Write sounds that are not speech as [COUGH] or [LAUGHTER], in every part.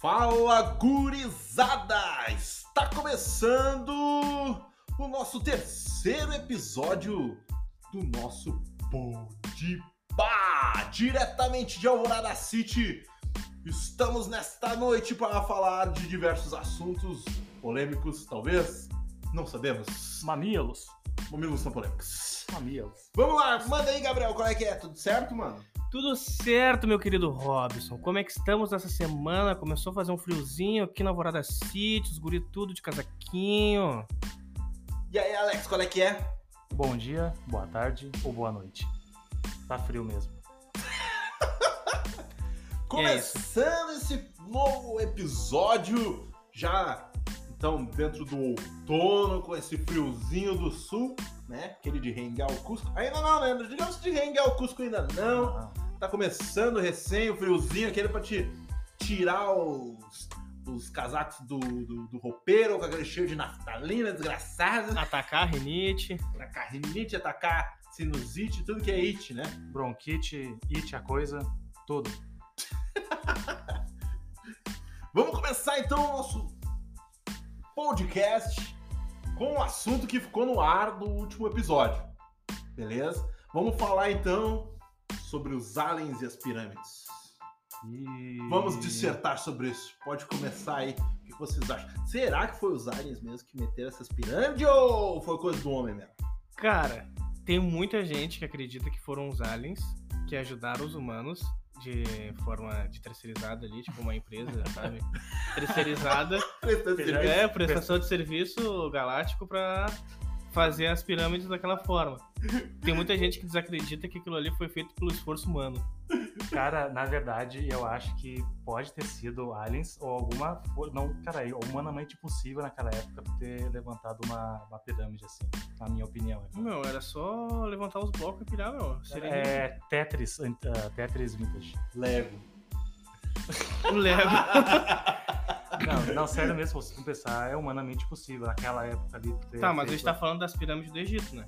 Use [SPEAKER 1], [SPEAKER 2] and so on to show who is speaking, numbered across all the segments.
[SPEAKER 1] Fala gurizada! Está começando o nosso terceiro episódio do nosso Podpah! Diretamente de Alvorada City, estamos nesta noite para falar de diversos assuntos polêmicos, talvez, não sabemos.
[SPEAKER 2] Mamilos.
[SPEAKER 1] Mamilos são polêmicos.
[SPEAKER 2] Mamilos.
[SPEAKER 1] Vamos lá, manda aí, Gabriel, qual é que é? Tudo certo, mano?
[SPEAKER 2] Tudo certo, meu querido Robson. Como é que estamos nessa semana? Começou a fazer um friozinho aqui na Alvorada City, os guri tudo de casaquinho.
[SPEAKER 1] E aí, Alex, qual é que é?
[SPEAKER 3] Bom dia, boa tarde ou boa noite. Tá frio mesmo.
[SPEAKER 1] Começando esse novo episódio, já então dentro do outono, com esse friozinho do sul, né? Aquele de rengar o Cusco. Ainda não, né? Digamos que de rengar o Cusco ainda
[SPEAKER 2] Então,
[SPEAKER 1] não.
[SPEAKER 3] Ah,
[SPEAKER 1] Tá começando recém o friozinho, aquele pra te tirar os, os casacos do, do, do roupeiro, com aquele cheio de naftalina desgraçada,
[SPEAKER 2] Atacar rinite.
[SPEAKER 1] pra carrinite atacar sinusite, tudo que é it, né?
[SPEAKER 3] Bronquite, it, a coisa, tudo.
[SPEAKER 1] Vamos começar então o nosso podcast com o assunto que ficou no ar do último episódio. Beleza? Vamos falar então sobre os aliens e as pirâmides.
[SPEAKER 3] E...
[SPEAKER 1] Vamos dissertar sobre isso. Pode começar aí. O que vocês acham? Será que foi os aliens mesmo que meteram essas pirâmides ou foi coisa do homem mesmo?
[SPEAKER 2] Cara, tem muita gente que acredita que foram os aliens que ajudaram os humanos de forma de terceirizada ali, tipo uma empresa,
[SPEAKER 3] [LAUGHS]
[SPEAKER 2] sabe? Terceirizada. É, prestação de serviço galáctico pra fazer as pirâmides daquela forma. Tem muita gente que desacredita que aquilo ali foi feito pelo esforço humano.
[SPEAKER 3] Cara, na verdade, eu acho que pode ter sido aliens ou alguma. fo- Não, cara, é humanamente possível naquela época ter levantado uma, uma pirâmide assim, na minha opinião.
[SPEAKER 2] Meu, era só levantar os blocos e pilhar, meu. Seria
[SPEAKER 3] É Tetris, ah, Tetris Vintage.
[SPEAKER 1] Lego.
[SPEAKER 3] [LAUGHS]
[SPEAKER 2] um Lego.
[SPEAKER 3] Não, não, sério mesmo, se você pensar, é humanamente possível naquela época ali ter.
[SPEAKER 2] Tá, mas a
[SPEAKER 3] feito-
[SPEAKER 2] gente tá falando das pirâmides do Egito, né?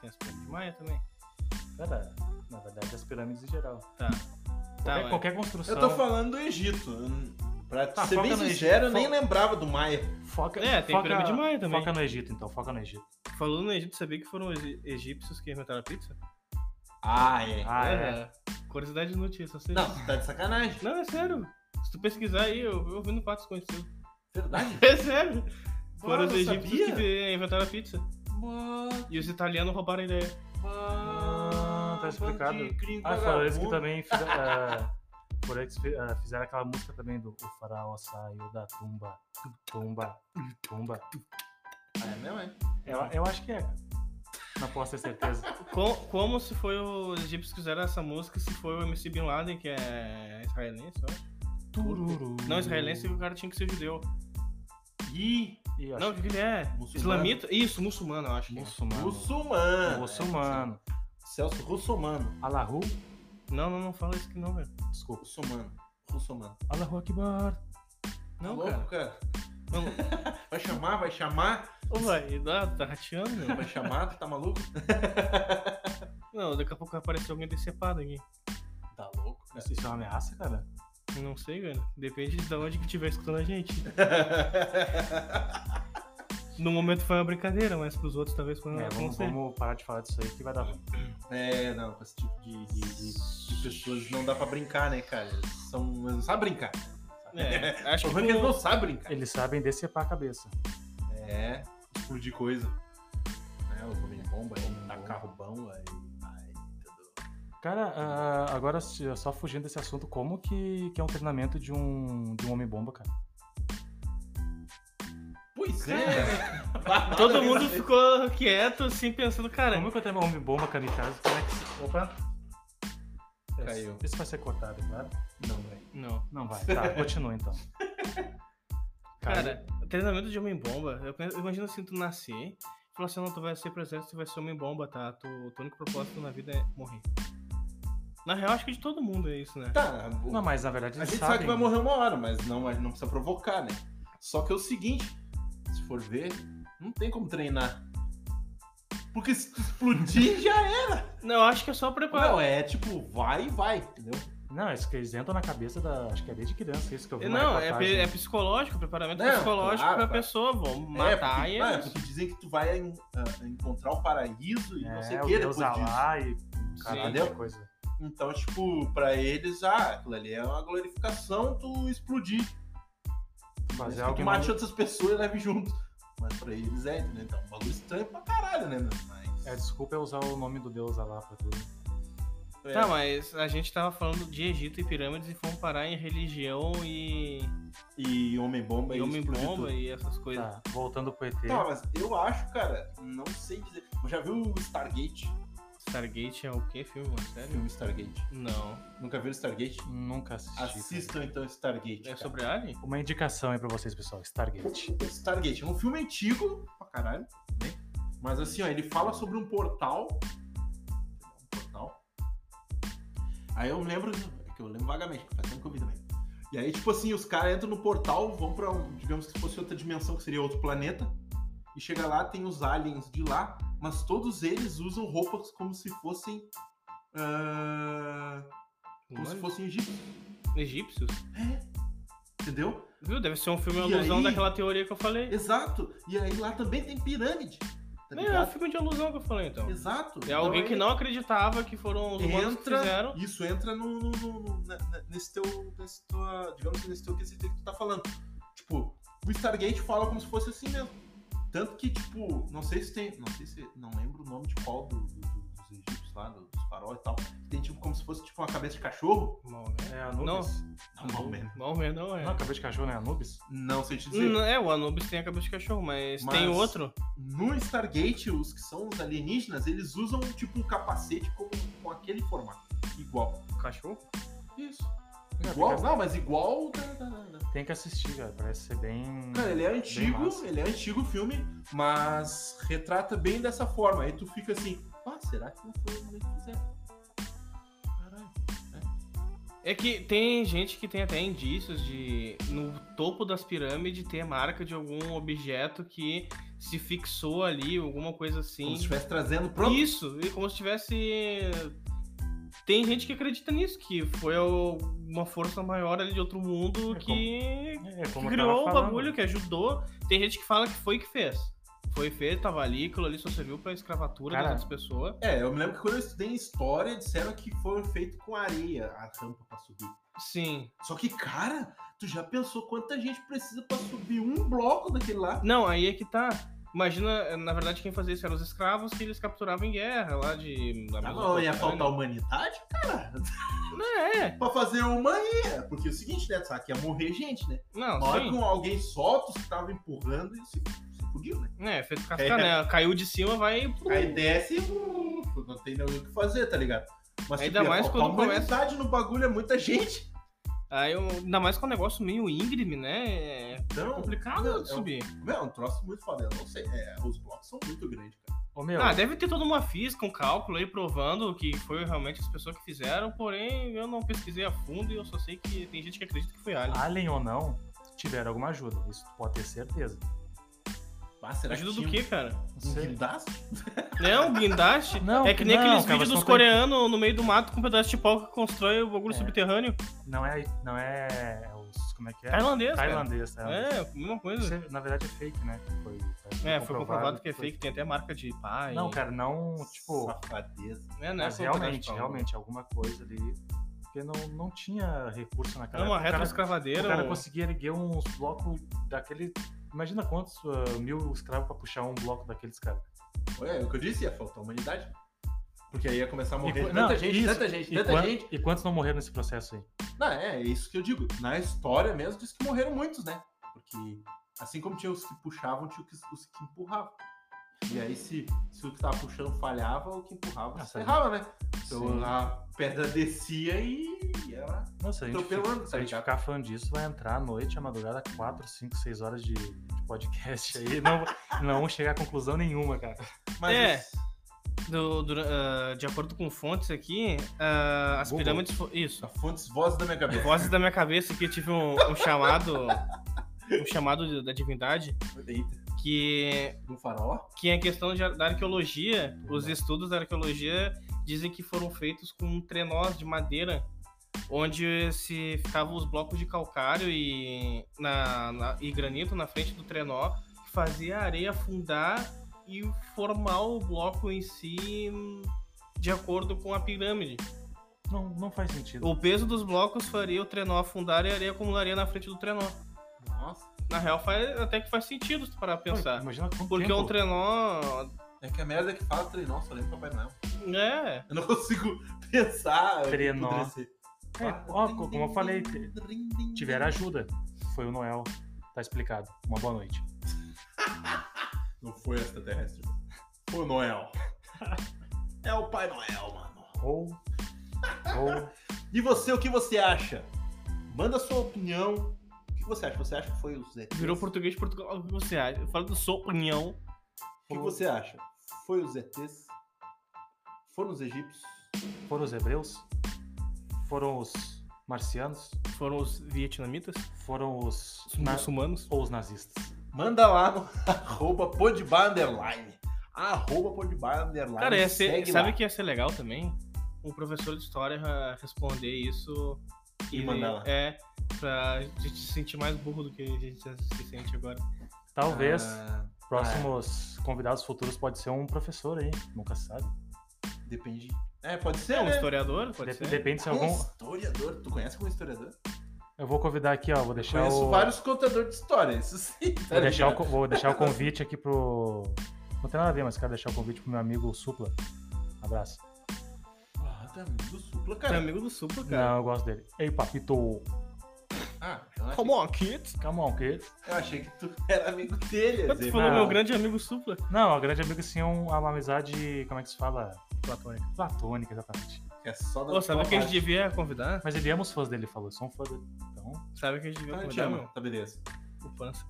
[SPEAKER 2] Tem as pirâmides de Maia também.
[SPEAKER 3] Cara, na verdade, as pirâmides em geral.
[SPEAKER 2] Tá. Tá,
[SPEAKER 3] Qualquer,
[SPEAKER 2] mas-
[SPEAKER 3] qualquer
[SPEAKER 1] [LAUGHS]
[SPEAKER 3] construção.
[SPEAKER 1] Eu tô falando do Egito. né? Pra
[SPEAKER 3] Tá,
[SPEAKER 1] ser
[SPEAKER 3] Então- foca
[SPEAKER 1] bem
[SPEAKER 3] no Egito.
[SPEAKER 1] sincero, eu nem
[SPEAKER 3] Foca-
[SPEAKER 1] lembrava do Maia.
[SPEAKER 3] Foca,
[SPEAKER 2] É, tem
[SPEAKER 3] foca,
[SPEAKER 2] pirâmide maia também.
[SPEAKER 3] Foca no Egito, então, foca no Egito.
[SPEAKER 2] Falando no Egito, sabia que foram os e- egípcios que inventaram a pizza?
[SPEAKER 1] Ah, é.
[SPEAKER 3] Ah, é.
[SPEAKER 2] Curiosidade inútil, só sei.
[SPEAKER 1] Não, tu tá de sacanagem.
[SPEAKER 2] Não, é sério. Se tu pesquisar aí, eu, eu vi no Patos Conhecido. [LAUGHS]
[SPEAKER 1] Verdade.
[SPEAKER 2] É sério. Foram
[SPEAKER 1] eu
[SPEAKER 2] os
[SPEAKER 1] não
[SPEAKER 2] egípcios
[SPEAKER 1] sabia.
[SPEAKER 2] que inventaram a pizza. E os italianos roubaram a ideia.
[SPEAKER 3] Ah, tá explicado. Ah, foram eles que também fizeram, ah, foram eles que fi- ah, fizeram aquela música também do O Faraó Saiu da Tumba. Tumba. Tumba.
[SPEAKER 1] É mesmo, é?
[SPEAKER 3] Eu, eu acho que é. cara. Não posso ter certeza.
[SPEAKER 2] Co- Como, se foi os egípcios que fizeram essa música, se foi o MC Bin Laden, que é israelense, eu acho.
[SPEAKER 3] Tururu.
[SPEAKER 2] Não, israelense,
[SPEAKER 3] Hum.
[SPEAKER 2] o cara tinha que ser judeu.
[SPEAKER 1] Ih,
[SPEAKER 3] Ih, eu
[SPEAKER 2] Não,
[SPEAKER 3] acho
[SPEAKER 2] o que ele é?
[SPEAKER 1] Muçulmano.
[SPEAKER 2] Islamita? Isso, muçulmano, eu acho.
[SPEAKER 3] que
[SPEAKER 2] que é.
[SPEAKER 3] muçulmano.
[SPEAKER 1] russomano. É,
[SPEAKER 3] Muçulmano.
[SPEAKER 1] Celso russomano.
[SPEAKER 3] Alahu?
[SPEAKER 2] Não, não, não fala isso que não, velho.
[SPEAKER 3] Desculpa.
[SPEAKER 1] Russomano. Russomano.
[SPEAKER 3] Alahu Akbar.
[SPEAKER 2] Não,
[SPEAKER 1] Tá
[SPEAKER 2] cara.
[SPEAKER 1] louco, cara.
[SPEAKER 2] Não.
[SPEAKER 1] [LAUGHS] Vai chamar, vai chamar,
[SPEAKER 2] Ô, vai, dá- tá rateando, meu.
[SPEAKER 1] vai chamar, tu tá maluco?
[SPEAKER 2] Não, daqui a pouco vai aparecer alguém decepado aqui.
[SPEAKER 1] Tá louco,
[SPEAKER 3] Isso isso é uma ameaça, cara?
[SPEAKER 2] Não sei, velho. Depende de onde que estiver escutando a gente.
[SPEAKER 1] cara.
[SPEAKER 2] No momento foi uma brincadeira, mas pros outros talvez foi um uma.
[SPEAKER 3] É,
[SPEAKER 2] não
[SPEAKER 3] vamos,
[SPEAKER 2] sei.
[SPEAKER 3] vamos parar de falar disso aí que vai dar ruim.
[SPEAKER 1] [LAUGHS] É, não, com esse tipo de, de- de- de pessoas não dá pra brincar, né, cara? Eles são, eles não sabem brincar.
[SPEAKER 2] É,
[SPEAKER 1] [LAUGHS] O
[SPEAKER 3] [LAUGHS]
[SPEAKER 2] acho que.
[SPEAKER 1] problema é que eles
[SPEAKER 2] com-
[SPEAKER 1] não sabem brincar.
[SPEAKER 3] Eles sabem decepar a cabeça.
[SPEAKER 1] É, explodir coisa. É, o homem bomba, aí, tacar roubão, aí... aí tudo.
[SPEAKER 3] Cara, ah, agora se- só fugindo desse assunto, como que, que é um treinamento de um, de um homem-bomba, cara?
[SPEAKER 1] Pois é. Bah,
[SPEAKER 2] Todo
[SPEAKER 1] nada a
[SPEAKER 2] mundo
[SPEAKER 1] ver.
[SPEAKER 2] ficou quieto, assim, pensando, cara.
[SPEAKER 3] Como que eu tenho um homem-bomba kamikaze? Como é que... se- Opa! Esse-
[SPEAKER 1] Caiu.
[SPEAKER 3] Isso vai ser cortado, claro.
[SPEAKER 1] Não, velho.
[SPEAKER 2] Não.
[SPEAKER 3] Não vai.
[SPEAKER 1] [LAUGHS]
[SPEAKER 3] Tá, continua então.
[SPEAKER 2] Cara, treinamento de homem-bomba, eu penso- eu imagino assim, tu nascer e falar assim, não, tu vai ser pro exército, tu vai ser homem-bomba, tá? Tu, o teu único propósito na vida é morrer. Na real, acho que de todo mundo é isso, né?
[SPEAKER 1] Tá,
[SPEAKER 3] Não, mas na verdade
[SPEAKER 1] a
[SPEAKER 3] eles
[SPEAKER 1] gente
[SPEAKER 3] sabem.
[SPEAKER 1] sabe que vai morrer uma hora, mas não, mas não precisa provocar, né? Só que é o seguinte, se for ver, não tem como treinar. Porque se tu explodir, já é.
[SPEAKER 2] Não, eu acho que é só preparar.
[SPEAKER 1] Não, é tipo, vai e vai, entendeu?
[SPEAKER 3] Não, isso que eles entram na cabeça da. Acho que é desde criança isso que eu vi. uma
[SPEAKER 2] Não, é,
[SPEAKER 3] reportagem.
[SPEAKER 2] pe- é psicológico, preparamento
[SPEAKER 1] Não,
[SPEAKER 2] psicológico
[SPEAKER 1] claro,
[SPEAKER 2] pra
[SPEAKER 1] claro.
[SPEAKER 2] pessoa. Vão
[SPEAKER 1] É,
[SPEAKER 2] matar
[SPEAKER 1] porque,
[SPEAKER 2] e
[SPEAKER 1] é,
[SPEAKER 2] é isso.
[SPEAKER 1] porque dizem que tu vai en- ah, encontrar o paraíso e não sei
[SPEAKER 3] É,
[SPEAKER 1] o
[SPEAKER 3] o
[SPEAKER 1] que depois
[SPEAKER 3] Deus
[SPEAKER 1] disso.
[SPEAKER 3] Alá e
[SPEAKER 2] Sim.
[SPEAKER 3] caralho
[SPEAKER 1] Entendeu?
[SPEAKER 3] de coisa.
[SPEAKER 1] Então, tipo, pra eles, ah, aquilo ali é uma glorificação tu explodir. Mas
[SPEAKER 3] Fazer
[SPEAKER 1] que
[SPEAKER 3] é algo
[SPEAKER 1] tu
[SPEAKER 3] que
[SPEAKER 1] mate
[SPEAKER 3] não...
[SPEAKER 1] outras pessoas e leve junto. Mas pra eles é, né? Então, um bagulho estranho pra caralho, né? meu? Mas,
[SPEAKER 3] É, desculpa eu usar o nome do Deus Alá pra tudo.
[SPEAKER 1] é,
[SPEAKER 2] Tá, mas a gente tava falando de Egito e pirâmides e fomos parar em religião e,
[SPEAKER 1] E Homem-Bomba
[SPEAKER 2] e
[SPEAKER 1] e
[SPEAKER 2] homem-bomba
[SPEAKER 1] Homem-Bomba.
[SPEAKER 2] e essas coisas.
[SPEAKER 3] Tá, voltando pro ET.
[SPEAKER 1] Tá, mas eu acho, cara, não sei dizer. Já viu o Stargate?
[SPEAKER 2] Stargate é o quê, filme? mano? Sério?
[SPEAKER 1] Filme Stargate.
[SPEAKER 2] Não.
[SPEAKER 1] Nunca viu o Stargate?
[SPEAKER 3] Nunca assisti. cara.
[SPEAKER 1] Assistam então Stargate.
[SPEAKER 2] É
[SPEAKER 1] cara.
[SPEAKER 2] sobre Alien?
[SPEAKER 3] Uma indicação aí pra vocês, pessoal. Stargate.
[SPEAKER 1] Stargate é um filme antigo pra caralho, né? Mas assim, ó, ele fala sobre um portal. Um portal. Aí eu me lembro. É que eu lembro vagamente, faz tempo que eu vi também. E aí, tipo assim, os caras entram no portal, vão pra, um, digamos que fosse outra dimensão, que seria outro planeta. E chega lá, tem os aliens de lá, mas todos eles usam roupas como se fossem. ah, como se
[SPEAKER 2] Humanos?
[SPEAKER 1] fossem egípcios.
[SPEAKER 2] Egípcios?
[SPEAKER 1] Entendeu?
[SPEAKER 2] Viu? Deve ser um filme
[SPEAKER 1] E
[SPEAKER 2] alusão
[SPEAKER 1] aí? Tá
[SPEAKER 2] daquela teoria que eu falei.
[SPEAKER 1] Exato. E aí lá também tem pirâmide. Tá
[SPEAKER 2] Não, é um
[SPEAKER 1] ligado?
[SPEAKER 2] filme de alusão que eu falei, então.
[SPEAKER 1] Exato.
[SPEAKER 2] É alguém
[SPEAKER 1] Então,
[SPEAKER 2] que
[SPEAKER 1] aí
[SPEAKER 2] não acreditava que foram os humanos que
[SPEAKER 1] entra,
[SPEAKER 2] fizeram.
[SPEAKER 1] Isso entra no, no- no- no- na- na- nesse teu, nesse tua, digamos que nesse teu quesito que tu tá falando. Tipo, o Stargate fala como se fosse assim mesmo. Tanto que, tipo, não sei se tem, não sei se, não lembro o nome de qual do- do- do- dos egípcios lá, do- dos farol e tal. Tem, tipo, como se fosse, tipo, uma cabeça de cachorro.
[SPEAKER 2] Maomé.
[SPEAKER 3] É
[SPEAKER 2] Não.
[SPEAKER 3] Anubis?
[SPEAKER 1] Normalmente.
[SPEAKER 2] Maomé não é.
[SPEAKER 3] Não, acabei de cachorro, né? Anubis?
[SPEAKER 1] Não sei te dizer.
[SPEAKER 2] Hum, É, o Anubis tem a cabeça de cachorro, mas,
[SPEAKER 1] Mas-
[SPEAKER 2] tem outro.
[SPEAKER 1] No Stargate, os que são os alienígenas, eles usam, tipo, um capacete como, com aquele formato. Igual.
[SPEAKER 2] Cachorro?
[SPEAKER 1] Isso.
[SPEAKER 3] É,
[SPEAKER 1] Igual?
[SPEAKER 3] porque-
[SPEAKER 1] Não, mas igual. da- da- da- da-
[SPEAKER 3] Tem que assistir, cara. Parece ser bem.
[SPEAKER 1] Cara, ele é
[SPEAKER 3] bem
[SPEAKER 1] antigo,
[SPEAKER 3] massa.
[SPEAKER 1] ele é antigo o filme, mas retrata bem dessa forma. Aí tu fica assim, ah, será que não foi o que fizeram? Caralho.
[SPEAKER 2] É que tem gente que tem até indícios de no topo das pirâmides ter marca de algum objeto que se fixou ali, alguma coisa assim.
[SPEAKER 1] Como se estivesse trazendo pronto.
[SPEAKER 2] Isso, e como se tivesse. Tem gente que acredita nisso, que foi o- uma força maior ali de outro mundo
[SPEAKER 3] É
[SPEAKER 2] que,
[SPEAKER 3] É,
[SPEAKER 2] que
[SPEAKER 3] como eu tava
[SPEAKER 2] criou o
[SPEAKER 3] falando.
[SPEAKER 2] um bagulho, que ajudou. Tem gente que fala que foi que fez. Foi feito, tava ali, aquilo ali só serviu pra escravatura das
[SPEAKER 3] Cara,
[SPEAKER 2] outras pessoas.
[SPEAKER 1] É, eu me lembro que quando eu estudei em história, disseram que foi feito com areia a rampa pra subir.
[SPEAKER 2] Sim.
[SPEAKER 1] Só que, cara, tu já pensou quanta gente precisa pra subir um bloco daquele lá?
[SPEAKER 2] Não, aí é que tá. Imagina, na verdade, quem fazia isso eram os escravos que eles capturavam em guerra lá de. da
[SPEAKER 1] Ah, não,
[SPEAKER 2] Mesopotâmia.
[SPEAKER 1] ia faltar um humanidade, cara.
[SPEAKER 2] É,
[SPEAKER 1] pra fazer uma ia. Porque é o seguinte, né? tu Sabe que ia morrer gente, né?
[SPEAKER 2] não,
[SPEAKER 1] Na hora
[SPEAKER 2] sim.
[SPEAKER 1] que alguém solta, os que estavam empurrando, e se, se fudiu, né?
[SPEAKER 2] É, feito cascar, né? Caiu de cima, vai.
[SPEAKER 1] Aí desce e uh, não tem nem o que fazer, tá ligado? Mas
[SPEAKER 2] Ainda
[SPEAKER 1] ia
[SPEAKER 2] mais
[SPEAKER 1] faltar
[SPEAKER 2] quando começa-
[SPEAKER 1] humanidade no bagulho é muita gente.
[SPEAKER 2] Aí, eu- ainda mais com um negócio meio íngreme, né? É
[SPEAKER 1] Então,
[SPEAKER 2] complicado
[SPEAKER 1] não,
[SPEAKER 2] de
[SPEAKER 1] é um,
[SPEAKER 2] subir.
[SPEAKER 1] meu, é um troço muito foda. Eu não sei. É, os blocos são muito grandes, cara.
[SPEAKER 3] Ô, meu,
[SPEAKER 2] Ah, deve ter toda uma física, um cálculo aí provando que foi realmente as pessoas que fizeram, porém eu não pesquisei a fundo e eu só sei que tem gente que acredita que foi alien.
[SPEAKER 3] Alien ou não, tiveram alguma ajuda. Isso tu pode ter certeza.
[SPEAKER 1] Ah, será
[SPEAKER 2] Ajuda
[SPEAKER 1] que
[SPEAKER 2] do
[SPEAKER 1] tinha
[SPEAKER 2] que, cara?
[SPEAKER 3] Não
[SPEAKER 1] Um
[SPEAKER 3] sei.
[SPEAKER 1] guindaste?
[SPEAKER 2] Não, guindaste?
[SPEAKER 3] Não,
[SPEAKER 2] é que nem
[SPEAKER 3] não,
[SPEAKER 2] aqueles
[SPEAKER 3] cara,
[SPEAKER 2] vídeos
[SPEAKER 3] você
[SPEAKER 2] dos
[SPEAKER 3] não tá-
[SPEAKER 2] coreanos no meio do mato com um pedaço de pau que constrói o bagulho
[SPEAKER 3] É.
[SPEAKER 2] subterrâneo.
[SPEAKER 3] Não é. Não é. Os, como é que é?
[SPEAKER 2] Tailandês, cara.
[SPEAKER 3] Tailandês, tailandês.
[SPEAKER 2] É, mesma coisa.
[SPEAKER 3] Isso é- Na verdade é fake, né? Foi,
[SPEAKER 2] É, foi comprovado que é fake, tem até marca de pai.
[SPEAKER 3] tipo- Não, cara, não, tipo.
[SPEAKER 1] Safadeza.
[SPEAKER 2] É, né?
[SPEAKER 3] Mas
[SPEAKER 2] Foi um pedaço de
[SPEAKER 3] realmente,
[SPEAKER 2] pau.
[SPEAKER 3] realmente, alguma coisa ali. Porque não, não tinha recurso naquela
[SPEAKER 2] Era É uma
[SPEAKER 3] época. O cara-
[SPEAKER 2] retroescavadeira.
[SPEAKER 3] O cara
[SPEAKER 2] um-
[SPEAKER 3] conseguia erguer uns blocos daquele. Imagina quantos ah, mil escravos pra puxar um bloco daqueles caras.
[SPEAKER 1] É, é o que eu disse, ia faltar humanidade. Porque aí ia começar a morrer
[SPEAKER 3] quan-
[SPEAKER 1] tanta
[SPEAKER 3] não,
[SPEAKER 1] gente,
[SPEAKER 3] isso,
[SPEAKER 1] tanta gente,
[SPEAKER 3] E,
[SPEAKER 1] tanta
[SPEAKER 3] quan-
[SPEAKER 1] gente.
[SPEAKER 3] e quantos não morreram nesse processo aí?
[SPEAKER 1] Não, é, é isso que eu digo. Na história mesmo diz que morreram muitos, né? Porque assim como tinha os que puxavam, tinha os que, os que empurravam. E aí, se, se o que tava puxando falhava, o que empurrava
[SPEAKER 3] Ah,
[SPEAKER 1] se
[SPEAKER 3] sim.
[SPEAKER 1] ferrava, né? Então
[SPEAKER 3] Sim.
[SPEAKER 1] a pedra descia e era
[SPEAKER 3] Nossa, a gente, fica,
[SPEAKER 1] atropelando,
[SPEAKER 3] se
[SPEAKER 1] tá
[SPEAKER 3] a gente
[SPEAKER 1] ligado?
[SPEAKER 3] ficar falando disso, vai entrar à noite, à madrugada, 4, 5, 6 horas de, de podcast aí. [LAUGHS] Não, não vamos chegar a conclusão nenhuma, cara.
[SPEAKER 1] Mas
[SPEAKER 2] É.
[SPEAKER 1] os-
[SPEAKER 2] Do- dura- ah, de acordo com fontes aqui, ah, as
[SPEAKER 3] Google.
[SPEAKER 2] pirâmides foram. Isso.
[SPEAKER 1] a fontes vozes da minha
[SPEAKER 3] [LAUGHS]
[SPEAKER 1] cabeça.
[SPEAKER 2] Vozes da minha cabeça que eu tive um, um chamado. Um chamado de- da divindade.
[SPEAKER 1] Eita,
[SPEAKER 2] Que,
[SPEAKER 1] Do farol.
[SPEAKER 2] que é a questão de- da arqueologia. Os estudos da arqueologia dizem que foram feitos com trenós de um madeira onde se ficavam os blocos de calcário e, na, na- e granito na frente do trenó, que fazia a areia afundar e formar o bloco em si de acordo com a pirâmide.
[SPEAKER 3] Não, não faz sentido.
[SPEAKER 2] O peso dos blocos faria o trenó afundar e a areia acumularia na frente do trenó.
[SPEAKER 1] Nossa.
[SPEAKER 2] Na real, faz, até que faz sentido se tu parar pra
[SPEAKER 3] Pô,
[SPEAKER 2] pensar.
[SPEAKER 3] Imagina quanto
[SPEAKER 2] Porque
[SPEAKER 3] tempo.
[SPEAKER 2] um trenó.
[SPEAKER 1] É que a merda que fala trenó, só lembro Papai Noel.
[SPEAKER 2] É.
[SPEAKER 1] Eu não [LAUGHS] consigo pensar. o que
[SPEAKER 3] Trenó.
[SPEAKER 1] poderia ser.
[SPEAKER 3] É, ó, co- como eu falei, te- tiveram ajuda. Foi o Noel. Tá explicado. Uma boa noite.
[SPEAKER 1] Não foi extraterrestre. Foi o Noel. é o Pai Noel, mano.
[SPEAKER 3] Ou. Ou.
[SPEAKER 1] E você, o que você acha? Manda sua opinião. O que você acha? Você acha que foi o Zé?
[SPEAKER 2] Virou português de Portugal. O que você acha? Fala da sua opinião.
[SPEAKER 1] O que você acha? Foi os ETs? Foram os egípcios?
[SPEAKER 3] Foram os hebreus? Foram os marcianos?
[SPEAKER 2] Foram os vietnamitas?
[SPEAKER 3] Foram os.
[SPEAKER 2] Os
[SPEAKER 3] na-
[SPEAKER 2] muçulmanos?
[SPEAKER 3] Ou os nazistas?
[SPEAKER 1] Manda lá no [LAUGHS] arroba podbar underline. Arroba podbar underline.
[SPEAKER 2] Cara, ia ser-
[SPEAKER 1] segue
[SPEAKER 2] sabe
[SPEAKER 1] lá
[SPEAKER 2] que ia ser legal também? Um professor de história ah, responder isso
[SPEAKER 1] E mandar lá.
[SPEAKER 2] É, pra gente se sentir mais burro do que a gente se sente agora.
[SPEAKER 3] Talvez
[SPEAKER 1] Ah,
[SPEAKER 2] é.
[SPEAKER 3] próximos convidados futuros pode ser um professor aí. Nunca se sabe.
[SPEAKER 1] depende. É, pode ser
[SPEAKER 2] É um
[SPEAKER 1] né?
[SPEAKER 2] historiador? Pode
[SPEAKER 3] Dep-
[SPEAKER 2] ser.
[SPEAKER 3] Depende se
[SPEAKER 1] Ah, um
[SPEAKER 3] algum.
[SPEAKER 1] historiador. Tu conhece algum historiador?
[SPEAKER 3] Eu vou convidar aqui, ó. Vou deixar
[SPEAKER 1] Conheço
[SPEAKER 3] o.
[SPEAKER 1] vários contadores de história, isso sim. tá
[SPEAKER 3] Vou deixar, o,
[SPEAKER 1] ligado?
[SPEAKER 3] co- vou deixar o convite aqui pro. Não tem nada a ver, mas quero deixar o convite pro meu amigo Supla. Abraço.
[SPEAKER 1] Ah, tá amigo do Supla,
[SPEAKER 2] Tu é
[SPEAKER 1] cara.
[SPEAKER 2] amigo do Supla, cara.
[SPEAKER 3] Não, eu gosto dele. Ei, papito!
[SPEAKER 1] Ah, eu achei,
[SPEAKER 2] Come on, kids.
[SPEAKER 3] Come on, kids.
[SPEAKER 1] eu achei que tu era amigo dele. Ah, ia
[SPEAKER 2] Quando tu
[SPEAKER 1] dizer,
[SPEAKER 2] falou
[SPEAKER 1] mas-
[SPEAKER 2] meu grande amigo Supla.
[SPEAKER 3] Não, a grande amiga sim é um- é uma amizade. Como é que se fala?
[SPEAKER 2] Platônica.
[SPEAKER 3] Platônica, exatamente.
[SPEAKER 1] É só da
[SPEAKER 2] Pô, sabe
[SPEAKER 1] tua
[SPEAKER 2] que a gente
[SPEAKER 1] parte.
[SPEAKER 2] devia convidar?
[SPEAKER 3] Mas ele ama os fãs dele, ele falou. Eu sou um fã dele. Então,
[SPEAKER 2] Sabe que a gente devia
[SPEAKER 1] Então eu te
[SPEAKER 2] convidar,
[SPEAKER 1] amo.
[SPEAKER 2] meu?
[SPEAKER 1] Tá, beleza.
[SPEAKER 2] O Pança.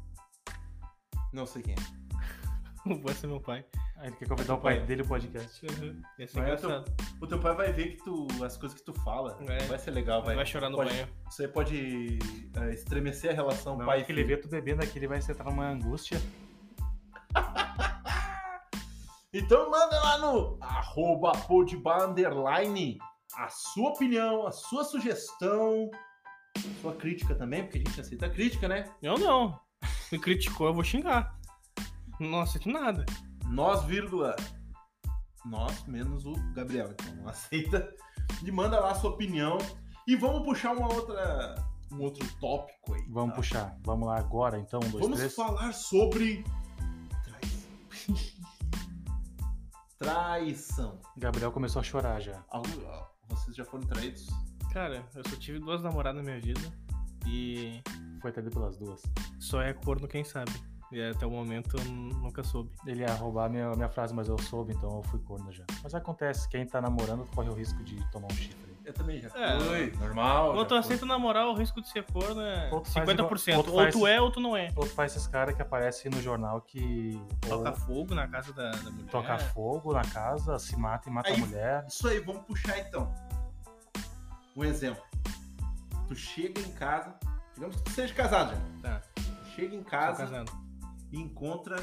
[SPEAKER 2] [LAUGHS]
[SPEAKER 1] Não sei quem é.
[SPEAKER 2] O Pança é meu pai.
[SPEAKER 3] aí ele quer convidar o pai dele pro podcast.
[SPEAKER 2] Uhum. Ia ser
[SPEAKER 1] Mas eu tô-
[SPEAKER 2] engraçado.
[SPEAKER 1] O teu pai vai ver que tu, as coisas que tu fala.
[SPEAKER 2] É.
[SPEAKER 1] Vai ser legal, vai.
[SPEAKER 2] Vai chorar no
[SPEAKER 1] Pode-
[SPEAKER 2] banho.
[SPEAKER 1] Isso aí pode é, estremecer a relação
[SPEAKER 3] Não,
[SPEAKER 1] pai
[SPEAKER 3] pai
[SPEAKER 1] e
[SPEAKER 3] que ele
[SPEAKER 1] filho.
[SPEAKER 3] vê tu bebendo aqui, ele vai se entrar numa angústia.
[SPEAKER 1] Então manda lá no arroba podbar underline a sua opinião, a sua sugestão, sua crítica também, porque a gente aceita crítica, né?
[SPEAKER 2] Eu não. Me criticou, eu vou xingar. Nossa, que nada.
[SPEAKER 1] nós, vírgula, nós menos o Gabriel, então não aceita. E manda lá a sua opinião. E vamos puxar uma outra, um outro tópico aí.
[SPEAKER 3] Vamos
[SPEAKER 1] tá?
[SPEAKER 3] puxar. Vamos lá agora, então. Um, dois,
[SPEAKER 1] Vamos
[SPEAKER 3] três.
[SPEAKER 1] falar sobre traição. [LAUGHS] traição.
[SPEAKER 3] Gabriel começou a chorar já.
[SPEAKER 1] Algum- ah, vocês já foram traídos?
[SPEAKER 2] Cara, eu só tive duas namoradas na minha vida. E
[SPEAKER 3] Foi traído pelas duas.
[SPEAKER 2] só é corno quem sabe. E até o momento eu nu- nunca soube.
[SPEAKER 3] Ele ia roubar a minha, minha frase, mas eu soube, então eu fui corno já. Mas acontece, quem tá namorando corre o risco de tomar um chifre.
[SPEAKER 1] Eu também já
[SPEAKER 2] É.
[SPEAKER 1] fui. Normal.
[SPEAKER 2] Quando tu
[SPEAKER 1] já fui.
[SPEAKER 2] aceita namorar, o risco de ser corno é
[SPEAKER 3] Outro faz
[SPEAKER 2] 50%.
[SPEAKER 3] igual- outro
[SPEAKER 2] ou tu
[SPEAKER 3] faz-
[SPEAKER 2] é ou tu não é.
[SPEAKER 3] Ou faz esses caras que aparecem no jornal que ou
[SPEAKER 2] Toca fogo na casa da, da mulher.
[SPEAKER 3] toca fogo na casa, se mata e mata
[SPEAKER 1] É. Aí-
[SPEAKER 3] a mulher.
[SPEAKER 1] Isso aí, vamos puxar então. Um exemplo. Tu chega em casa, digamos que tu seja casado já.
[SPEAKER 2] Tá, tô
[SPEAKER 1] Tu Chega em casa,
[SPEAKER 2] casando.
[SPEAKER 1] e encontra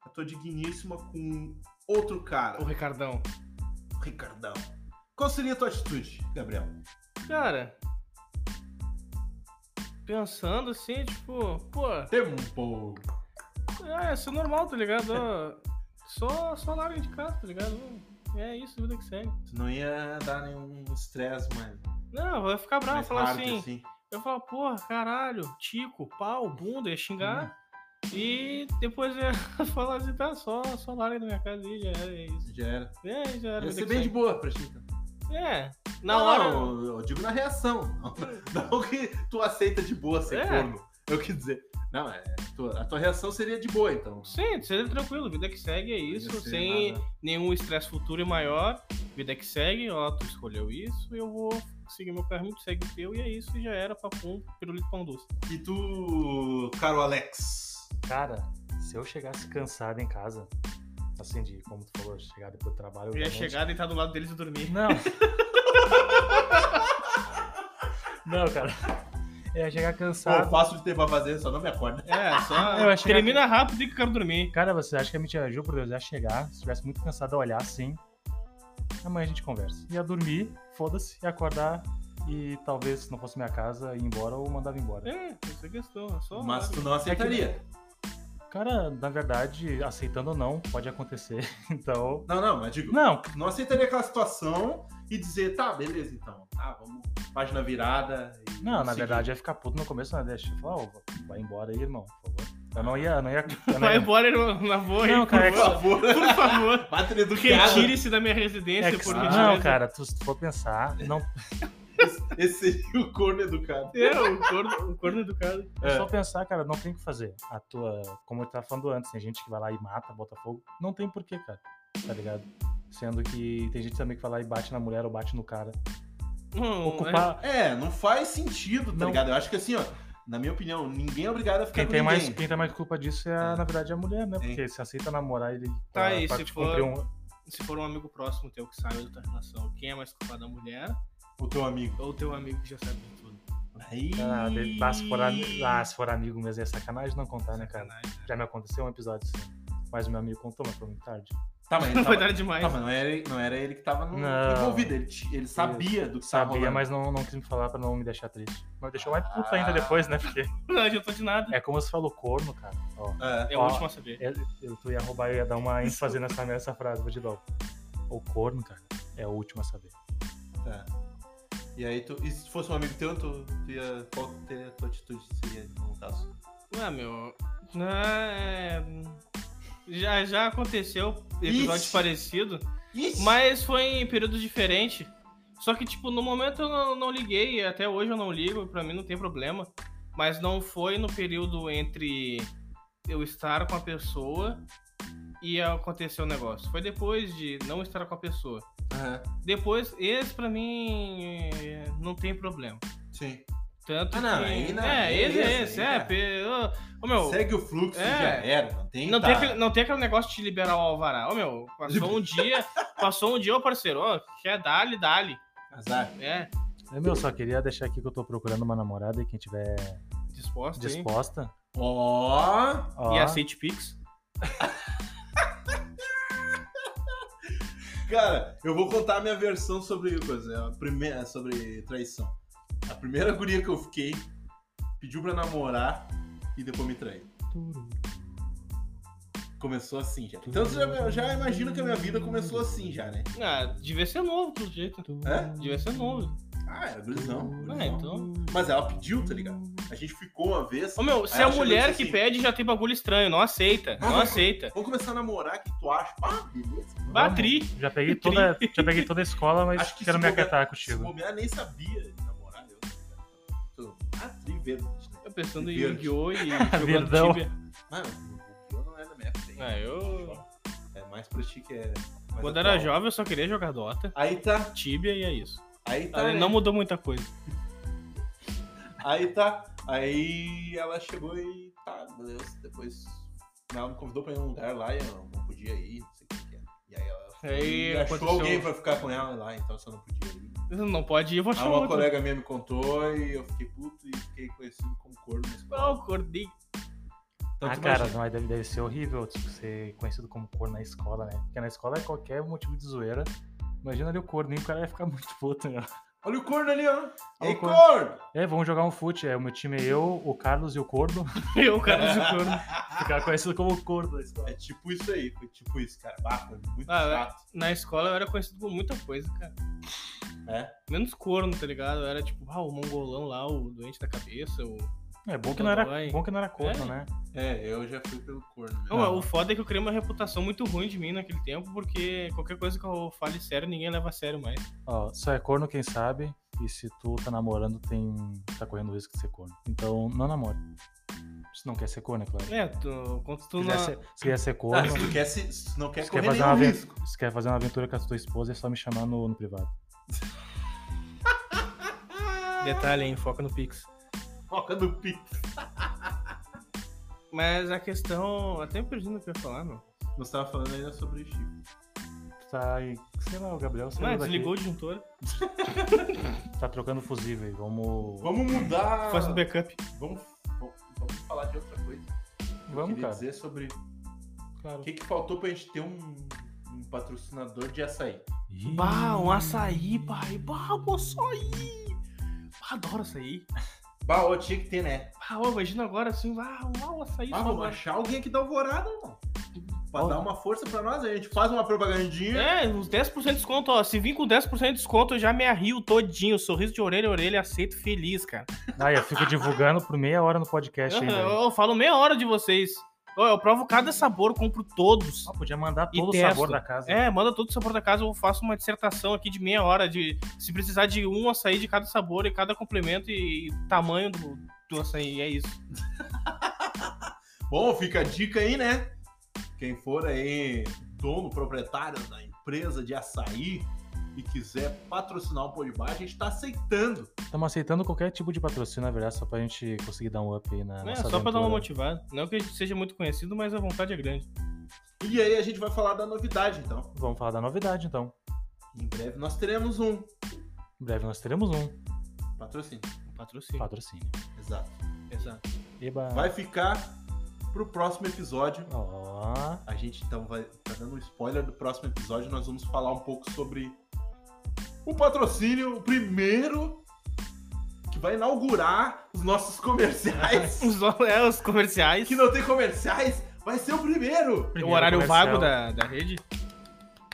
[SPEAKER 1] a tua digníssima com outro cara,
[SPEAKER 2] O Ricardão.
[SPEAKER 1] o Ricardão. Qual seria a tua atitude, Gabriel?
[SPEAKER 2] Cara. Pensando assim, tipo, pô,
[SPEAKER 1] Tempo.
[SPEAKER 2] é, isso é normal, tá ligado? Ó, Só, só larga de casa, tá ligado? É isso, vida que segue.
[SPEAKER 1] Tu não ia dar nenhum estresse, mano.
[SPEAKER 2] Não, vai ficar bravo,
[SPEAKER 1] mais
[SPEAKER 2] falar
[SPEAKER 1] hard,
[SPEAKER 2] assim. Eu falo, porra, caralho, tico, pau, bunda, ia xingar.
[SPEAKER 1] Uhum.
[SPEAKER 2] E depois ia [LAUGHS] falar assim, tá, só, só larga da minha casa e já era, é isso.
[SPEAKER 1] Já era.
[SPEAKER 2] É, já era.
[SPEAKER 1] Ia
[SPEAKER 2] vida
[SPEAKER 1] ser
[SPEAKER 2] que
[SPEAKER 1] bem de
[SPEAKER 2] segue.
[SPEAKER 1] boa pra ti. então.
[SPEAKER 2] É, na
[SPEAKER 1] Não,
[SPEAKER 2] hora.
[SPEAKER 1] não, eu digo na reação. [LAUGHS] Não, não que tu aceita de boa ser
[SPEAKER 2] É.
[SPEAKER 1] corno. Eu quis dizer. Não, é, tu- a tua reação seria de boa, então.
[SPEAKER 2] Sim, seja tranquilo, vida que segue é
[SPEAKER 1] Não ia
[SPEAKER 2] isso,
[SPEAKER 1] ser
[SPEAKER 2] sem
[SPEAKER 1] nada.
[SPEAKER 2] nenhum estresse futuro e maior. Vida que segue, ó, tu escolheu isso, eu vou seguir meu caminho, tu segue o teu, e é isso, e já era, papum, pirulito pão doce.
[SPEAKER 1] E tu, caro Alex?
[SPEAKER 3] Cara, se eu chegasse cansado em casa, assim de, como tu falou, chegar depois do trabalho.
[SPEAKER 2] Eu ia
[SPEAKER 3] obviamente.
[SPEAKER 2] chegar, deitar do lado deles e
[SPEAKER 3] [LAUGHS]
[SPEAKER 2] dormir. [LAUGHS]
[SPEAKER 3] Não. Não, cara. Eu ia chegar
[SPEAKER 1] Pô, eu
[SPEAKER 3] cansado.
[SPEAKER 1] faço de ter pra fazer, só não me acorda.
[SPEAKER 2] É,
[SPEAKER 3] Eu
[SPEAKER 2] só
[SPEAKER 3] ia chegar-
[SPEAKER 2] termina rápido e que eu quero dormir.
[SPEAKER 3] Cara, você acha que a mentira, juro por Deus, ia chegar, se estivesse muito cansado, ia olhar assim. Amanhã a gente conversa. Ia dormir, foda-se, ia acordar, e talvez, se não fosse minha casa, ir embora ou mandava embora.
[SPEAKER 2] É, essa questão. É só
[SPEAKER 1] Mas tu não aceitaria.
[SPEAKER 3] Cara, na verdade, aceitando ou não, pode acontecer. [LAUGHS] Então.
[SPEAKER 1] Não, não, mas digo,
[SPEAKER 3] Não,
[SPEAKER 1] não aceitaria aquela situação e dizer, tá, beleza então. Ah, vamos, página virada. e
[SPEAKER 3] não, na
[SPEAKER 1] seguir.
[SPEAKER 3] verdade, ia ficar puto no começo, né? Deixa eu falar, ô, vai embora aí, irmão, por favor. Eu não ia, eu não ia. eu não
[SPEAKER 2] Vai
[SPEAKER 3] ia-
[SPEAKER 2] embora, irmão. Na boa,
[SPEAKER 3] Não,
[SPEAKER 2] aí,
[SPEAKER 3] cara, é
[SPEAKER 2] por
[SPEAKER 1] Por
[SPEAKER 2] favor.
[SPEAKER 1] favor,
[SPEAKER 2] Por favor.
[SPEAKER 1] bate no educado.
[SPEAKER 2] Retire-se da minha
[SPEAKER 3] É
[SPEAKER 2] residência,
[SPEAKER 3] que-
[SPEAKER 2] por
[SPEAKER 1] Ah.
[SPEAKER 2] gentileza.
[SPEAKER 3] não, cara, tu, se tu for pensar, não,
[SPEAKER 1] Esse- Esse [LAUGHS] seria o corno educado.
[SPEAKER 2] É, o corno, o corno educado.
[SPEAKER 1] É.
[SPEAKER 3] só pensar, cara, não tem o que fazer. A tua, como eu tava falando antes, tem gente que vai lá e mata, bota fogo. Não tem porquê, cara, tá ligado? Sendo que tem gente também que vai lá e bate na mulher ou bate no cara.
[SPEAKER 2] Não, é.
[SPEAKER 3] Ocupar.
[SPEAKER 1] É, não faz sentido, tá
[SPEAKER 3] Não.
[SPEAKER 1] ligado? Eu acho que assim, ó, na minha opinião, ninguém é obrigado a ficar
[SPEAKER 3] Quem
[SPEAKER 1] com
[SPEAKER 3] tem,
[SPEAKER 1] ninguém.
[SPEAKER 3] mais, quem tem mais culpa disso é, a- na verdade, a mulher, né? Porque se aceita namorar ele
[SPEAKER 2] Tá,
[SPEAKER 3] pra-
[SPEAKER 2] e
[SPEAKER 3] pra
[SPEAKER 2] se
[SPEAKER 3] te
[SPEAKER 2] for-
[SPEAKER 3] cumprir um.
[SPEAKER 2] Se for um amigo próximo teu que saiba da tua relação, quem é mais culpado? A mulher
[SPEAKER 1] O teu amigo.
[SPEAKER 2] ou teu amigo que já sabe de tudo?
[SPEAKER 1] Aí... Tá,
[SPEAKER 3] Ah, de- ah, se for, ami- ah, se for amigo mesmo, é sacanagem não contar, né, cara?
[SPEAKER 2] Sacanagem.
[SPEAKER 3] Já me aconteceu um episódio assim. Mas o meu amigo contou, mas foi muito tarde.
[SPEAKER 1] Tá,
[SPEAKER 3] [LAUGHS]
[SPEAKER 1] mas,
[SPEAKER 2] Não
[SPEAKER 1] tá,
[SPEAKER 2] [LAUGHS] foi
[SPEAKER 1] mas-
[SPEAKER 2] tarde demais.
[SPEAKER 1] tá, mas não, era, não era ele que tava no-
[SPEAKER 3] Não.
[SPEAKER 1] envolvido, ele, te- ele sabia do que tava
[SPEAKER 3] Sabia,
[SPEAKER 1] rolando.
[SPEAKER 3] mas não, não quis me falar pra não me deixar triste. Mas me deixou mais puto
[SPEAKER 1] Ah.
[SPEAKER 3] ainda depois, né? Porque
[SPEAKER 2] Não adiantou de nada.
[SPEAKER 3] é como se falou corno, cara. Ó,
[SPEAKER 1] É.
[SPEAKER 2] É o
[SPEAKER 3] Ó.
[SPEAKER 2] último a saber.
[SPEAKER 3] eu, eu- tu ia roubar, eu ia dar uma ênfase nessa, nessa frase, vou de novo. O corno, cara, é o último a saber.
[SPEAKER 1] Tá. E aí, tu, e se fosse um amigo teu, tu, tu ia, qual que teria a tua atitude seria, no caso?
[SPEAKER 2] Ué, meu. Ah, é... Já, já aconteceu episódio
[SPEAKER 1] Ixi.
[SPEAKER 2] parecido,
[SPEAKER 1] Ixi!
[SPEAKER 2] mas foi em períodos diferentes. Só que, tipo, no momento eu não, não liguei, e até hoje eu não ligo, pra mim não tem problema. Mas não foi no período entre eu estar com a pessoa e acontecer o negócio. Foi depois de não estar com a pessoa.
[SPEAKER 1] Aham,
[SPEAKER 2] Depois, esse pra mim é, não tem problema.
[SPEAKER 1] Sim.
[SPEAKER 2] Tanto
[SPEAKER 1] Ah, não,
[SPEAKER 2] que...
[SPEAKER 1] aí não,
[SPEAKER 2] É,
[SPEAKER 1] aí
[SPEAKER 2] esse,
[SPEAKER 1] esse,
[SPEAKER 2] esse,
[SPEAKER 1] aí
[SPEAKER 2] é.
[SPEAKER 1] tá.
[SPEAKER 2] pe- ô, Ô, meu,
[SPEAKER 1] Segue o fluxo,
[SPEAKER 2] é.
[SPEAKER 1] já era, não tem
[SPEAKER 2] não
[SPEAKER 1] tá.
[SPEAKER 2] tem, aquele, não tem aquele negócio de liberar o Alvará. Ô, meu, passou
[SPEAKER 1] [LAUGHS]
[SPEAKER 2] um dia, passou um dia, ô, parceiro, ó, quer dali, dali.
[SPEAKER 1] Azar.
[SPEAKER 2] É,
[SPEAKER 3] Eu, meu, só queria deixar aqui que eu tô procurando uma namorada e quem tiver
[SPEAKER 2] disposto, hein?
[SPEAKER 3] disposta,
[SPEAKER 1] Ó...
[SPEAKER 3] ó,
[SPEAKER 2] E
[SPEAKER 1] assim,
[SPEAKER 2] aceite Pix.
[SPEAKER 1] Cara, eu vou contar a minha versão sobre coisa, a primeira, sobre traição. A primeira guria que eu fiquei pediu pra namorar e depois me traiu. Começou assim já. Então eu já, eu já imagino que a minha vida começou assim já, né?
[SPEAKER 2] Ah, devia ser novo, pelo jeito.
[SPEAKER 1] Hã?
[SPEAKER 2] Devia ser novo.
[SPEAKER 1] Ah, era gurizão. gurizão.
[SPEAKER 2] Ah, então...
[SPEAKER 1] Mas ela pediu, tá ligado? A gente ficou uma vez.
[SPEAKER 2] Ô, meu, se
[SPEAKER 1] Aí
[SPEAKER 2] a
[SPEAKER 1] ela chegou e
[SPEAKER 2] mulher
[SPEAKER 1] disse
[SPEAKER 2] que
[SPEAKER 1] assim,
[SPEAKER 2] pede já tem bagulho estranho, não
[SPEAKER 1] [LAUGHS]
[SPEAKER 2] aceita,
[SPEAKER 1] Ah,
[SPEAKER 2] não
[SPEAKER 1] mas-
[SPEAKER 2] aceita.
[SPEAKER 1] Vamos começar a namorar, o que tu acha? Ah, beleza.
[SPEAKER 2] Batri.
[SPEAKER 3] Já peguei toda, já peguei toda a escola, mas
[SPEAKER 1] Acho que é
[SPEAKER 3] quero
[SPEAKER 1] se
[SPEAKER 3] me
[SPEAKER 1] bobear-
[SPEAKER 3] acatar
[SPEAKER 1] Se
[SPEAKER 3] contigo.
[SPEAKER 1] bobear, nem sabia de namorar. Eu, tá Tô- ah, triverde, né?
[SPEAKER 2] Eu pensando em
[SPEAKER 1] Verde. [LAUGHS]
[SPEAKER 2] Yu-Gi-Oh! e jogando
[SPEAKER 3] Verdão.
[SPEAKER 2] Tibia.
[SPEAKER 1] Mano, o pior não é da minha época.
[SPEAKER 2] Ah, eu...
[SPEAKER 1] É mais pra ti que é. mais
[SPEAKER 2] Quando
[SPEAKER 1] atual.
[SPEAKER 2] era jovem, eu só queria jogar Dota,
[SPEAKER 1] Aí tá,
[SPEAKER 2] Tibia e é isso.
[SPEAKER 1] aí tá.
[SPEAKER 2] Ah,
[SPEAKER 1] né?
[SPEAKER 2] Não mudou muita coisa.
[SPEAKER 1] Aí tá. Aí ela chegou e tá, beleza. Depois ela me convidou pra ir num lugar lá e eu não podia ir, não sei o que que é. E aí ela foi
[SPEAKER 2] Aí
[SPEAKER 1] e achou
[SPEAKER 2] aconteceu-
[SPEAKER 1] alguém pra ficar com ela lá, então só não podia ir.
[SPEAKER 2] Não pode ir, eu vou
[SPEAKER 1] Aí
[SPEAKER 2] chamar
[SPEAKER 1] Ah, uma
[SPEAKER 2] outro.
[SPEAKER 1] colega minha me contou e eu fiquei puto e fiquei conhecido como corno na
[SPEAKER 2] Ah,
[SPEAKER 1] escola.
[SPEAKER 2] o Cordi.
[SPEAKER 1] Então,
[SPEAKER 3] ah,
[SPEAKER 1] tu
[SPEAKER 3] cara,
[SPEAKER 1] imagina.
[SPEAKER 3] não, aí deve, deve ser horrível tipo, ser conhecido como corno na escola, né? Porque na escola é qualquer motivo de zoeira. Imagina ali o corno, e o cara ia ficar [LAUGHS] muito puto, né?
[SPEAKER 1] Olha o corno ali, ó.
[SPEAKER 3] Olha
[SPEAKER 1] Ei,
[SPEAKER 3] o
[SPEAKER 1] corno!
[SPEAKER 3] corno. É, vamos jogar um fute. É, o meu time é eu, o Carlos e o corno.
[SPEAKER 2] [LAUGHS]
[SPEAKER 3] [LAUGHS]
[SPEAKER 2] Eu,
[SPEAKER 1] [LAUGHS]
[SPEAKER 2] o cara tipo, do corno.
[SPEAKER 3] Ficar conhecido como o corno da escola.
[SPEAKER 1] É tipo isso aí, foi tipo isso, cara. Bah, foi muito
[SPEAKER 2] Ah,
[SPEAKER 1] chato.
[SPEAKER 2] Na escola eu era conhecido por muita coisa, cara.
[SPEAKER 1] É?
[SPEAKER 2] Menos corno, tá ligado? Eu era tipo, ah, o mongolão lá, o doente da cabeça. O...
[SPEAKER 3] É bom que não era,
[SPEAKER 2] Dodói.
[SPEAKER 3] bom que não era corno,
[SPEAKER 2] É.
[SPEAKER 3] né?
[SPEAKER 1] É, eu já fui pelo corno. né? mesmo.
[SPEAKER 2] Não, o foda é que eu criei uma reputação muito ruim de mim naquele tempo, porque qualquer coisa que eu fale sério, ninguém leva a sério mais.
[SPEAKER 3] Ó, só é corno quem sabe. E se tu tá namorando, tem tá correndo o risco de ser corno. Então, não namore. Se não quer ser corno, é claro.
[SPEAKER 2] É, tu, quando tu
[SPEAKER 3] Se
[SPEAKER 2] não.
[SPEAKER 3] quiser ser, se quiser ser
[SPEAKER 1] Tá,
[SPEAKER 3] corno,
[SPEAKER 1] se tu quer se, se não quer
[SPEAKER 3] Se quer
[SPEAKER 1] correr
[SPEAKER 3] fazer
[SPEAKER 1] nenhum
[SPEAKER 3] uma aven-
[SPEAKER 1] risco.
[SPEAKER 3] se quer fazer uma aventura com a tua esposa, é só me chamar no, no privado.
[SPEAKER 2] Detalhe, hein? Foca no Pix.
[SPEAKER 1] Foca no Pix.
[SPEAKER 2] Mas a questão. Até me perdi no que eu ia falar, meu.
[SPEAKER 1] Nós tava falando ainda sobre chifre.
[SPEAKER 3] Tá aí, sei lá, o Gabriel saiu
[SPEAKER 2] Ah,
[SPEAKER 3] daqui,
[SPEAKER 2] desligou o disjuntor.
[SPEAKER 3] Tá trocando fusível aí, vamos...
[SPEAKER 1] Vamos mudar.
[SPEAKER 3] um
[SPEAKER 2] Faz o backup.
[SPEAKER 1] Vamos, vamos- vamos falar de outra coisa. Eu
[SPEAKER 3] Vamos,
[SPEAKER 1] queria
[SPEAKER 3] cara.
[SPEAKER 1] dizer sobre o
[SPEAKER 3] Claro.
[SPEAKER 1] que, que faltou pra gente ter um, um patrocinador de açaí.
[SPEAKER 3] Ih,
[SPEAKER 2] Bah, um açaí, pai. Bah, um açaí. Adoro açaí.
[SPEAKER 1] Bah, ô, tinha que ter, né?
[SPEAKER 2] Ah, ô, imagina agora assim, ah, uau, açaí.
[SPEAKER 1] Ah,
[SPEAKER 2] só
[SPEAKER 1] vamos
[SPEAKER 2] agora.
[SPEAKER 1] achar alguém aqui da Alvorada, irmão. Pra
[SPEAKER 2] Ó.
[SPEAKER 1] dar uma força pra nós, a gente faz uma propagandinha.
[SPEAKER 2] É, uns 10% de desconto, ó. Se vir com 10% de desconto, eu já me arrio todinho. Sorriso de orelha a orelha, aceito feliz, cara.
[SPEAKER 3] Aí eu fico divulgando por meia hora
[SPEAKER 1] [LAUGHS]
[SPEAKER 3] no podcast
[SPEAKER 2] Eu,
[SPEAKER 3] ainda.
[SPEAKER 2] eu- eu falo meia hora de vocês. Ó, eu provo cada sabor, compro todos.
[SPEAKER 3] Ah, podia mandar
[SPEAKER 2] E
[SPEAKER 3] todo o
[SPEAKER 2] testo.
[SPEAKER 3] sabor da casa.
[SPEAKER 2] É, manda todo o sabor da casa, eu faço uma dissertação aqui de meia hora, de se precisar de um açaí de cada sabor e cada complemento e, e tamanho do, do açaí, é isso.
[SPEAKER 1] Bom, fica a dica aí, né? Quem for aí dono, proprietário da empresa de açaí e quiser patrocinar o Podbar, a gente tá aceitando.
[SPEAKER 3] Estamos aceitando qualquer tipo de patrocínio, na verdade, só pra gente conseguir dar um up aí na
[SPEAKER 2] É,
[SPEAKER 3] nossa
[SPEAKER 2] só pra dar uma
[SPEAKER 3] aventura.
[SPEAKER 2] motivada. Não que a gente seja muito conhecido, mas a vontade é grande.
[SPEAKER 1] E aí a gente vai falar da novidade, então.
[SPEAKER 3] Vamos falar da novidade, então.
[SPEAKER 1] Em breve nós teremos um
[SPEAKER 3] Em breve nós teremos um
[SPEAKER 1] patrocínio.
[SPEAKER 2] Patrocínio.
[SPEAKER 3] patrocínio.
[SPEAKER 1] Exato.
[SPEAKER 2] Exato.
[SPEAKER 3] Eba!
[SPEAKER 1] Vai ficar pro próximo episódio.
[SPEAKER 3] Ó,
[SPEAKER 1] A gente então vai tá dando um spoiler do próximo episódio. Nós vamos falar um pouco sobre o patrocínio, o primeiro que vai inaugurar os nossos comerciais.
[SPEAKER 2] [LAUGHS] Os, é, os comerciais.
[SPEAKER 1] que não tem comerciais, vai ser o primeiro.
[SPEAKER 2] o horário
[SPEAKER 3] comercial.
[SPEAKER 2] vago da, da rede.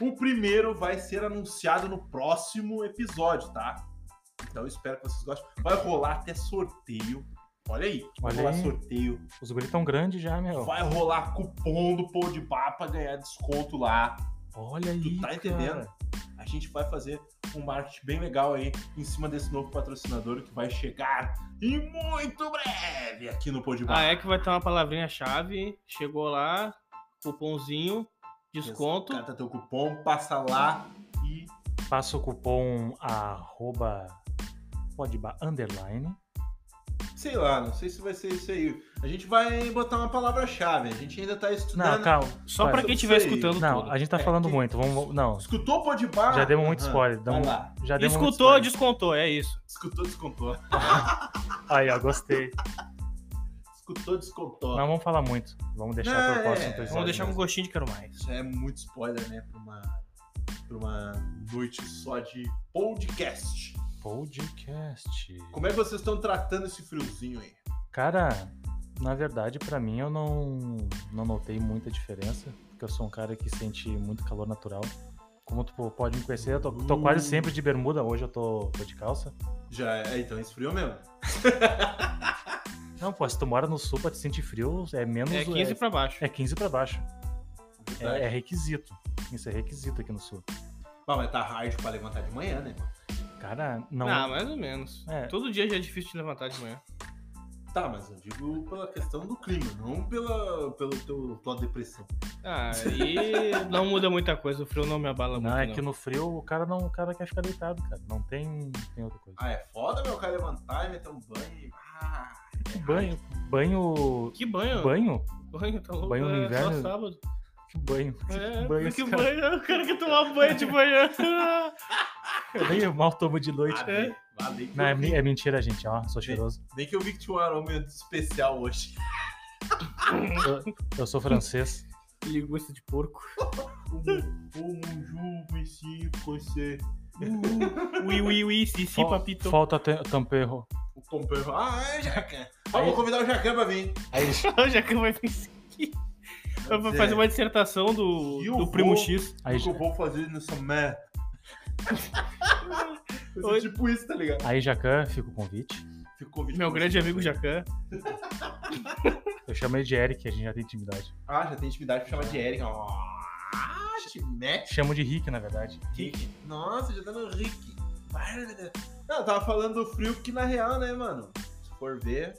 [SPEAKER 1] O primeiro vai ser anunciado no próximo episódio, tá? Então eu espero que vocês gostem. Vai rolar até sorteio. Olha aí, tipo, vai
[SPEAKER 3] Olha
[SPEAKER 1] rolar
[SPEAKER 3] aí.
[SPEAKER 1] sorteio.
[SPEAKER 3] os guris tão grandes já, meu.
[SPEAKER 1] Vai rolar cupom do Pão de Bar pra ganhar desconto lá.
[SPEAKER 3] Olha aí,
[SPEAKER 1] Tu tá entendendo?
[SPEAKER 3] cara.
[SPEAKER 1] A gente vai fazer um marketing bem legal aí em cima desse novo patrocinador que vai chegar em muito breve aqui no Podbar.
[SPEAKER 2] Ah, é que vai ter uma palavrinha-chave. Chegou lá, cupomzinho, desconto.
[SPEAKER 1] Cata teu cupom, passa lá e
[SPEAKER 3] Passa o cupom arroba podba underline.
[SPEAKER 1] sei lá, não sei se vai ser isso aí. A gente vai botar uma palavra-chave, a gente ainda tá
[SPEAKER 3] Não,
[SPEAKER 1] estudando.
[SPEAKER 3] calma.
[SPEAKER 2] Só
[SPEAKER 3] Vai.
[SPEAKER 2] pra quem estiver
[SPEAKER 1] Sei.
[SPEAKER 2] escutando
[SPEAKER 3] Não,
[SPEAKER 2] tudo.
[SPEAKER 3] a gente tá
[SPEAKER 1] É,
[SPEAKER 3] falando
[SPEAKER 1] que-
[SPEAKER 3] muito. Vamos, não,
[SPEAKER 1] Escutou o Podbar?
[SPEAKER 3] Já demos muito
[SPEAKER 1] Aham.
[SPEAKER 3] spoiler, um-
[SPEAKER 1] Vai
[SPEAKER 3] damos-
[SPEAKER 1] lá.
[SPEAKER 3] já demos muito
[SPEAKER 2] Escutou,
[SPEAKER 3] spoiler.
[SPEAKER 2] descontou, é isso.
[SPEAKER 1] Escutou, descontou.
[SPEAKER 3] [LAUGHS] Aí, ó, gostei.
[SPEAKER 1] Escutou, descontou.
[SPEAKER 3] Não vamos falar muito. Vamos deixar
[SPEAKER 1] É,
[SPEAKER 3] pro próximo episódio.
[SPEAKER 2] Vamos deixar um com
[SPEAKER 3] mesmo.
[SPEAKER 2] gostinho de quero mais.
[SPEAKER 1] Já é muito spoiler, né? Pra uma, pra uma noite só de podcast.
[SPEAKER 3] podcast.
[SPEAKER 1] Como é que vocês estão tratando esse friozinho aí?
[SPEAKER 3] Cara, na verdade, pra mim eu não não notei muita diferença, porque eu sou um cara que sente muito calor natural. Como tu pode me conhecer, eu tô, tô quase
[SPEAKER 1] Hum.
[SPEAKER 3] sempre de bermuda, hoje eu tô, tô de calça.
[SPEAKER 1] Já é, então esfriou mesmo.
[SPEAKER 3] Não, pô, se tu mora no sul pra te sentir frio, é menos.
[SPEAKER 2] É 15 pra baixo.
[SPEAKER 3] é 15 pra baixo.
[SPEAKER 1] Verdade.
[SPEAKER 3] É, é requisito. Isso é requisito aqui no sul.
[SPEAKER 1] Bah, mas tá hard pra levantar de manhã, né? mano?
[SPEAKER 3] Cara, não.
[SPEAKER 2] Ah, mais ou menos.
[SPEAKER 3] É.
[SPEAKER 2] Todo dia já é difícil te levantar de manhã.
[SPEAKER 1] Tá, mas eu digo pela questão do clima, não pela, pelo teu, tua depressão.
[SPEAKER 2] Ah, e não muda muita coisa, o frio não me abala muito.
[SPEAKER 3] Não, é
[SPEAKER 2] não.
[SPEAKER 3] que no frio o cara não, o cara quer ficar deitado, cara. Não tem, tem outra coisa.
[SPEAKER 1] Ah, é foda, meu cara, levantar e meter um banho. e- Ah,
[SPEAKER 3] Banho, banho,
[SPEAKER 2] Que banho?
[SPEAKER 3] banho,
[SPEAKER 2] Banho, tá louco?
[SPEAKER 3] Banho no
[SPEAKER 2] é
[SPEAKER 3] inverno?
[SPEAKER 2] Só sábado.
[SPEAKER 3] que banho.
[SPEAKER 2] É,
[SPEAKER 3] banho,
[SPEAKER 2] que
[SPEAKER 3] cara.
[SPEAKER 2] banho? Eu quero que tomar banho
[SPEAKER 3] [LAUGHS]
[SPEAKER 2] de manhã.
[SPEAKER 3] Eu nem mal tomo de noite.
[SPEAKER 1] valeu, valeu.
[SPEAKER 3] Não, é,
[SPEAKER 1] nem,
[SPEAKER 3] me- é mentira, gente. Ó, sou cheiroso.
[SPEAKER 1] nem que eu vi que tinha um aroma especial hoje. [LAUGHS]
[SPEAKER 3] Eu sou francês.
[SPEAKER 2] Linguiça de porco.
[SPEAKER 1] Como um juve, você.
[SPEAKER 2] Ui, ui, ui, si, si,
[SPEAKER 3] Fal-
[SPEAKER 2] papito. [LAUGHS]
[SPEAKER 3] Falta te- tamperro.
[SPEAKER 1] O Pompeu. Ah, é, Jacan. Vamos convidar o Jacan pra vir.
[SPEAKER 2] O Jacão vai [LAUGHS] pensar aqui. Vai fazer uma dissertação do,
[SPEAKER 1] Eu
[SPEAKER 2] do primo
[SPEAKER 1] vou-
[SPEAKER 2] X.
[SPEAKER 3] Aí,
[SPEAKER 1] O que eu vou fazer nessa merda?
[SPEAKER 2] [LAUGHS]
[SPEAKER 1] Vai ser
[SPEAKER 2] Oi.
[SPEAKER 1] tipo isso, tá ligado?
[SPEAKER 3] aí Jacan, fica o convite.
[SPEAKER 1] Fico convite
[SPEAKER 2] Meu
[SPEAKER 1] pra
[SPEAKER 2] grande
[SPEAKER 1] vocês.
[SPEAKER 2] amigo Jacan.
[SPEAKER 3] Eu chamei de Eric, a gente já tem intimidade.
[SPEAKER 1] Ah, já tem intimidade pra chamar de Eric. Ah, te mete.
[SPEAKER 3] Chamo de Rick, na verdade.
[SPEAKER 1] Rick. Nossa, já tá no Rick. Bárbara. Não, eu tava falando do frio porque na real, né, mano? Se for ver,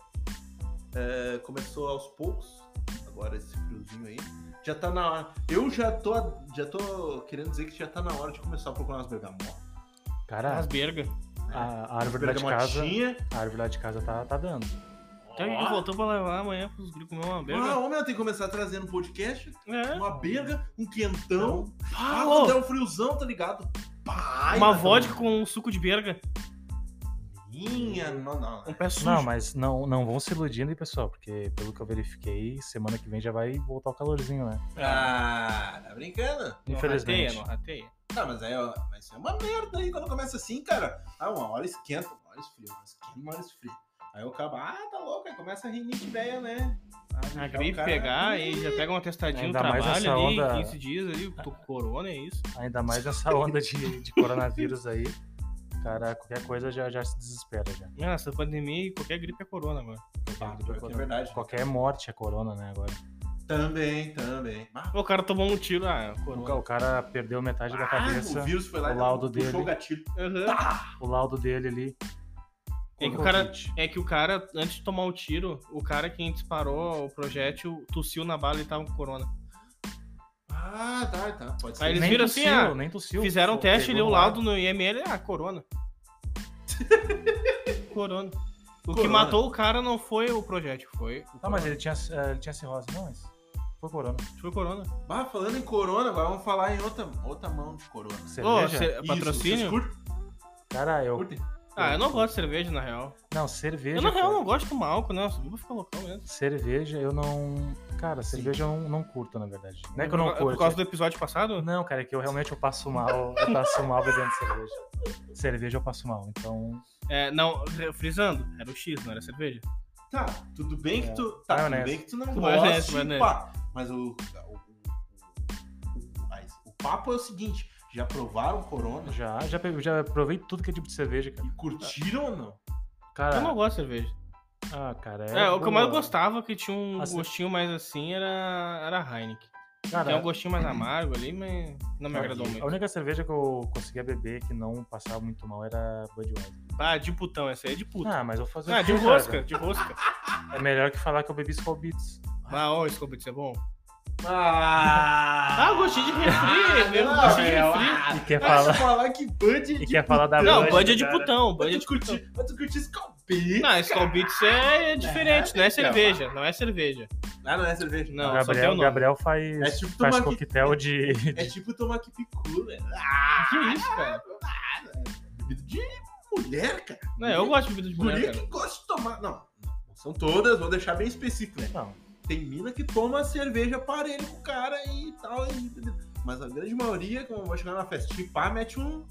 [SPEAKER 1] é, começou aos poucos. Agora esse friozinho aí. Já tá na hora. Eu já tô, já tô querendo dizer que já tá na hora de começar a procurar umas bergamotas.
[SPEAKER 3] Cara,
[SPEAKER 2] Rasberga.
[SPEAKER 3] a, a árvore lá de casa.
[SPEAKER 1] Bergamotinha.
[SPEAKER 3] A árvore lá de casa tá, tá dando.
[SPEAKER 2] Então a gente
[SPEAKER 1] Ó.
[SPEAKER 2] voltou pra levar amanhã pros gringos comer uma
[SPEAKER 1] Ah,
[SPEAKER 2] berga.
[SPEAKER 1] homem, eu tenho que começar a trazer no podcast.
[SPEAKER 2] É.
[SPEAKER 1] Uma berga, um quentão. Ah,
[SPEAKER 2] ô,
[SPEAKER 1] quando é um friozão, tá ligado? Pai,
[SPEAKER 2] uma
[SPEAKER 1] mano.
[SPEAKER 2] vodka com um suco de berga.
[SPEAKER 1] Minha, não, não.
[SPEAKER 2] Um pé sujo.
[SPEAKER 3] Não, mas não, não vão se iludindo aí, pessoal, porque pelo que eu verifiquei, semana que vem já vai voltar o calorzinho, né?
[SPEAKER 1] Ah, tá brincando?
[SPEAKER 2] Não
[SPEAKER 3] Infelizmente.
[SPEAKER 2] Rateia, não rateia.
[SPEAKER 1] Não, mas aí ó, mas isso é uma merda aí quando começa assim, cara. Ah, uma hora esquenta, uma hora Maurício Freire, Maurício, quem é Maurício Freire? Aí o cara, ah, tá louco, aí começa a rinite velha, né? Ah,
[SPEAKER 2] A
[SPEAKER 1] então o
[SPEAKER 2] gripe
[SPEAKER 1] cara-
[SPEAKER 2] pegar e já pega uma testadinha no
[SPEAKER 3] Ainda mais
[SPEAKER 2] trabalho ali,
[SPEAKER 3] essa onda-
[SPEAKER 2] 15 dias ali, tô com corona, é isso.
[SPEAKER 3] Ainda mais nessa onda de, de coronavírus aí. Cara, qualquer coisa já, já se desespera já.
[SPEAKER 2] Ah, essa pandemia e qualquer gripe é corona agora.
[SPEAKER 1] É verdade.
[SPEAKER 3] Qualquer morte é corona, né? Agora.
[SPEAKER 1] Também, também. Mas
[SPEAKER 2] O cara tomou um tiro, ah,
[SPEAKER 3] O,
[SPEAKER 2] corona.
[SPEAKER 3] ca- o cara perdeu metade
[SPEAKER 2] Ah,
[SPEAKER 3] da
[SPEAKER 1] o
[SPEAKER 3] cabeça,
[SPEAKER 1] vírus foi lá
[SPEAKER 3] o
[SPEAKER 1] e
[SPEAKER 3] laudo
[SPEAKER 1] puxou
[SPEAKER 3] dele.
[SPEAKER 1] o gatilho.
[SPEAKER 2] Aham.
[SPEAKER 3] o laudo dele ali.
[SPEAKER 2] É que o cara- É que o cara, antes de tomar o tiro, o cara que disparou o projétil tossiu na bala e tava com corona.
[SPEAKER 1] Ah, tá, tá. Pode ser.
[SPEAKER 2] Aí eles
[SPEAKER 3] nem
[SPEAKER 2] viram assim,
[SPEAKER 3] tossiu,
[SPEAKER 2] ah,
[SPEAKER 3] nem tossiu.
[SPEAKER 2] Fizeram um
[SPEAKER 3] Pô,
[SPEAKER 2] teste ali,
[SPEAKER 3] pegou
[SPEAKER 2] o
[SPEAKER 3] no
[SPEAKER 2] laudo no IML,
[SPEAKER 3] [LAUGHS]
[SPEAKER 2] ah, corona. corona. O que
[SPEAKER 1] Corona.
[SPEAKER 2] matou o cara não foi o projétil, foi. o
[SPEAKER 3] Não, mas
[SPEAKER 2] corona.
[SPEAKER 3] ele tinha, eh, ele tinha cirrose. Não, mas foi corona.
[SPEAKER 2] Foi corona.
[SPEAKER 1] Ah, falando em corona, agora vamos falar em outra, outra mão de corona.
[SPEAKER 2] Ô,
[SPEAKER 3] Cerveja?
[SPEAKER 2] cê- É patrocínio?
[SPEAKER 1] Isso, vocês curtem?
[SPEAKER 3] Cara, eu...
[SPEAKER 1] Curtem?
[SPEAKER 2] Ah, eu não gosto de cerveja, na real.
[SPEAKER 3] Não, cerveja... é
[SPEAKER 2] Eu, na real,
[SPEAKER 3] cara.
[SPEAKER 2] não gosto de tomar álcool, né? Eu vou ficar loucão mesmo.
[SPEAKER 3] Cerveja eu não... Cara, cerveja eu não, não curto, na verdade. Não é que eu não
[SPEAKER 2] por, por
[SPEAKER 3] curto.
[SPEAKER 2] causa do episódio passado?
[SPEAKER 3] Não, cara, é que eu realmente eu passo mal. Eu passo mal bebendo cerveja. Cerveja eu passo mal, então...
[SPEAKER 2] É, não, re- frisando, era o X, não era cerveja.
[SPEAKER 1] Tá, tudo bem que tu.
[SPEAKER 3] Vai
[SPEAKER 1] Tá, tudo
[SPEAKER 3] nessa.
[SPEAKER 1] bem que tu não
[SPEAKER 2] Vai nessa,
[SPEAKER 1] gosta.
[SPEAKER 2] vai
[SPEAKER 1] e
[SPEAKER 2] nessa.
[SPEAKER 1] pá. Mas o. o- o- o- mas o papo é o seguinte: já provaram corona?
[SPEAKER 3] Já, já, pe- já provei tudo que é tipo de cerveja, cara.
[SPEAKER 1] E curtiram ou não?
[SPEAKER 3] Cara,
[SPEAKER 2] Eu não gosto de cerveja.
[SPEAKER 3] ah, cara,
[SPEAKER 2] É, o que eu mais
[SPEAKER 3] boa.
[SPEAKER 2] gostava, que tinha um
[SPEAKER 3] Assim-
[SPEAKER 2] gostinho mais assim, era, era a Heineken.
[SPEAKER 3] Cara,
[SPEAKER 2] Tem um gostinho mais amargo ali, mas não é me agradou
[SPEAKER 3] A
[SPEAKER 2] muito.
[SPEAKER 3] única cerveja que eu conseguia beber que não passava muito mal era Budweiser.
[SPEAKER 2] Ah, de putão, essa aí é de puta.
[SPEAKER 3] Ah, mas eu vou fazer.
[SPEAKER 2] Ah,
[SPEAKER 3] o
[SPEAKER 2] de
[SPEAKER 3] quê,
[SPEAKER 2] rosca, de rosca.
[SPEAKER 3] cara? É melhor que falar que eu bebi Skull Beats.
[SPEAKER 2] Ah, ó, esse convite é bom.
[SPEAKER 1] Ah,
[SPEAKER 2] Ah, eu [LAUGHS] gostei de refri, meu, é, eu
[SPEAKER 1] não,
[SPEAKER 2] gostei de
[SPEAKER 1] meu,
[SPEAKER 2] refri.
[SPEAKER 1] ah,
[SPEAKER 3] E quer
[SPEAKER 2] [LAUGHS]
[SPEAKER 1] vai
[SPEAKER 3] falar,
[SPEAKER 1] falar que Bud é
[SPEAKER 3] e
[SPEAKER 1] de
[SPEAKER 3] quer falar da
[SPEAKER 2] Não,
[SPEAKER 3] Bud,
[SPEAKER 2] Bud é de
[SPEAKER 3] cara.
[SPEAKER 2] putão, Bud é
[SPEAKER 1] Mas
[SPEAKER 2] de
[SPEAKER 1] tu
[SPEAKER 2] putão.
[SPEAKER 1] curti, mas tu curti Scalpinho.
[SPEAKER 2] Não, Skull Beats é diferente, não é
[SPEAKER 1] cara.
[SPEAKER 2] cerveja, não é cerveja.
[SPEAKER 1] Ah, não é cerveja.
[SPEAKER 2] Não, só tem o
[SPEAKER 3] Gabriel,
[SPEAKER 2] nome.
[SPEAKER 3] Gabriel faz,
[SPEAKER 1] É tipo
[SPEAKER 3] faz
[SPEAKER 1] tomar que-
[SPEAKER 3] coquetel de. [LAUGHS]
[SPEAKER 1] É tipo tomar que picu, velho.
[SPEAKER 2] Que isso, cara?
[SPEAKER 1] Bebida de mulher, cara.
[SPEAKER 2] Não, eu gosto de bebida de mulher,
[SPEAKER 1] Mulher
[SPEAKER 2] cara.
[SPEAKER 1] que gosta de tomar. Não, não são todas, vou deixar bem específico, né?
[SPEAKER 3] Não,
[SPEAKER 1] Tem mina que toma cerveja parelho com o cara e tal. e- Mas a grande maioria, quando vai chegar na festinha, e pá, mete um.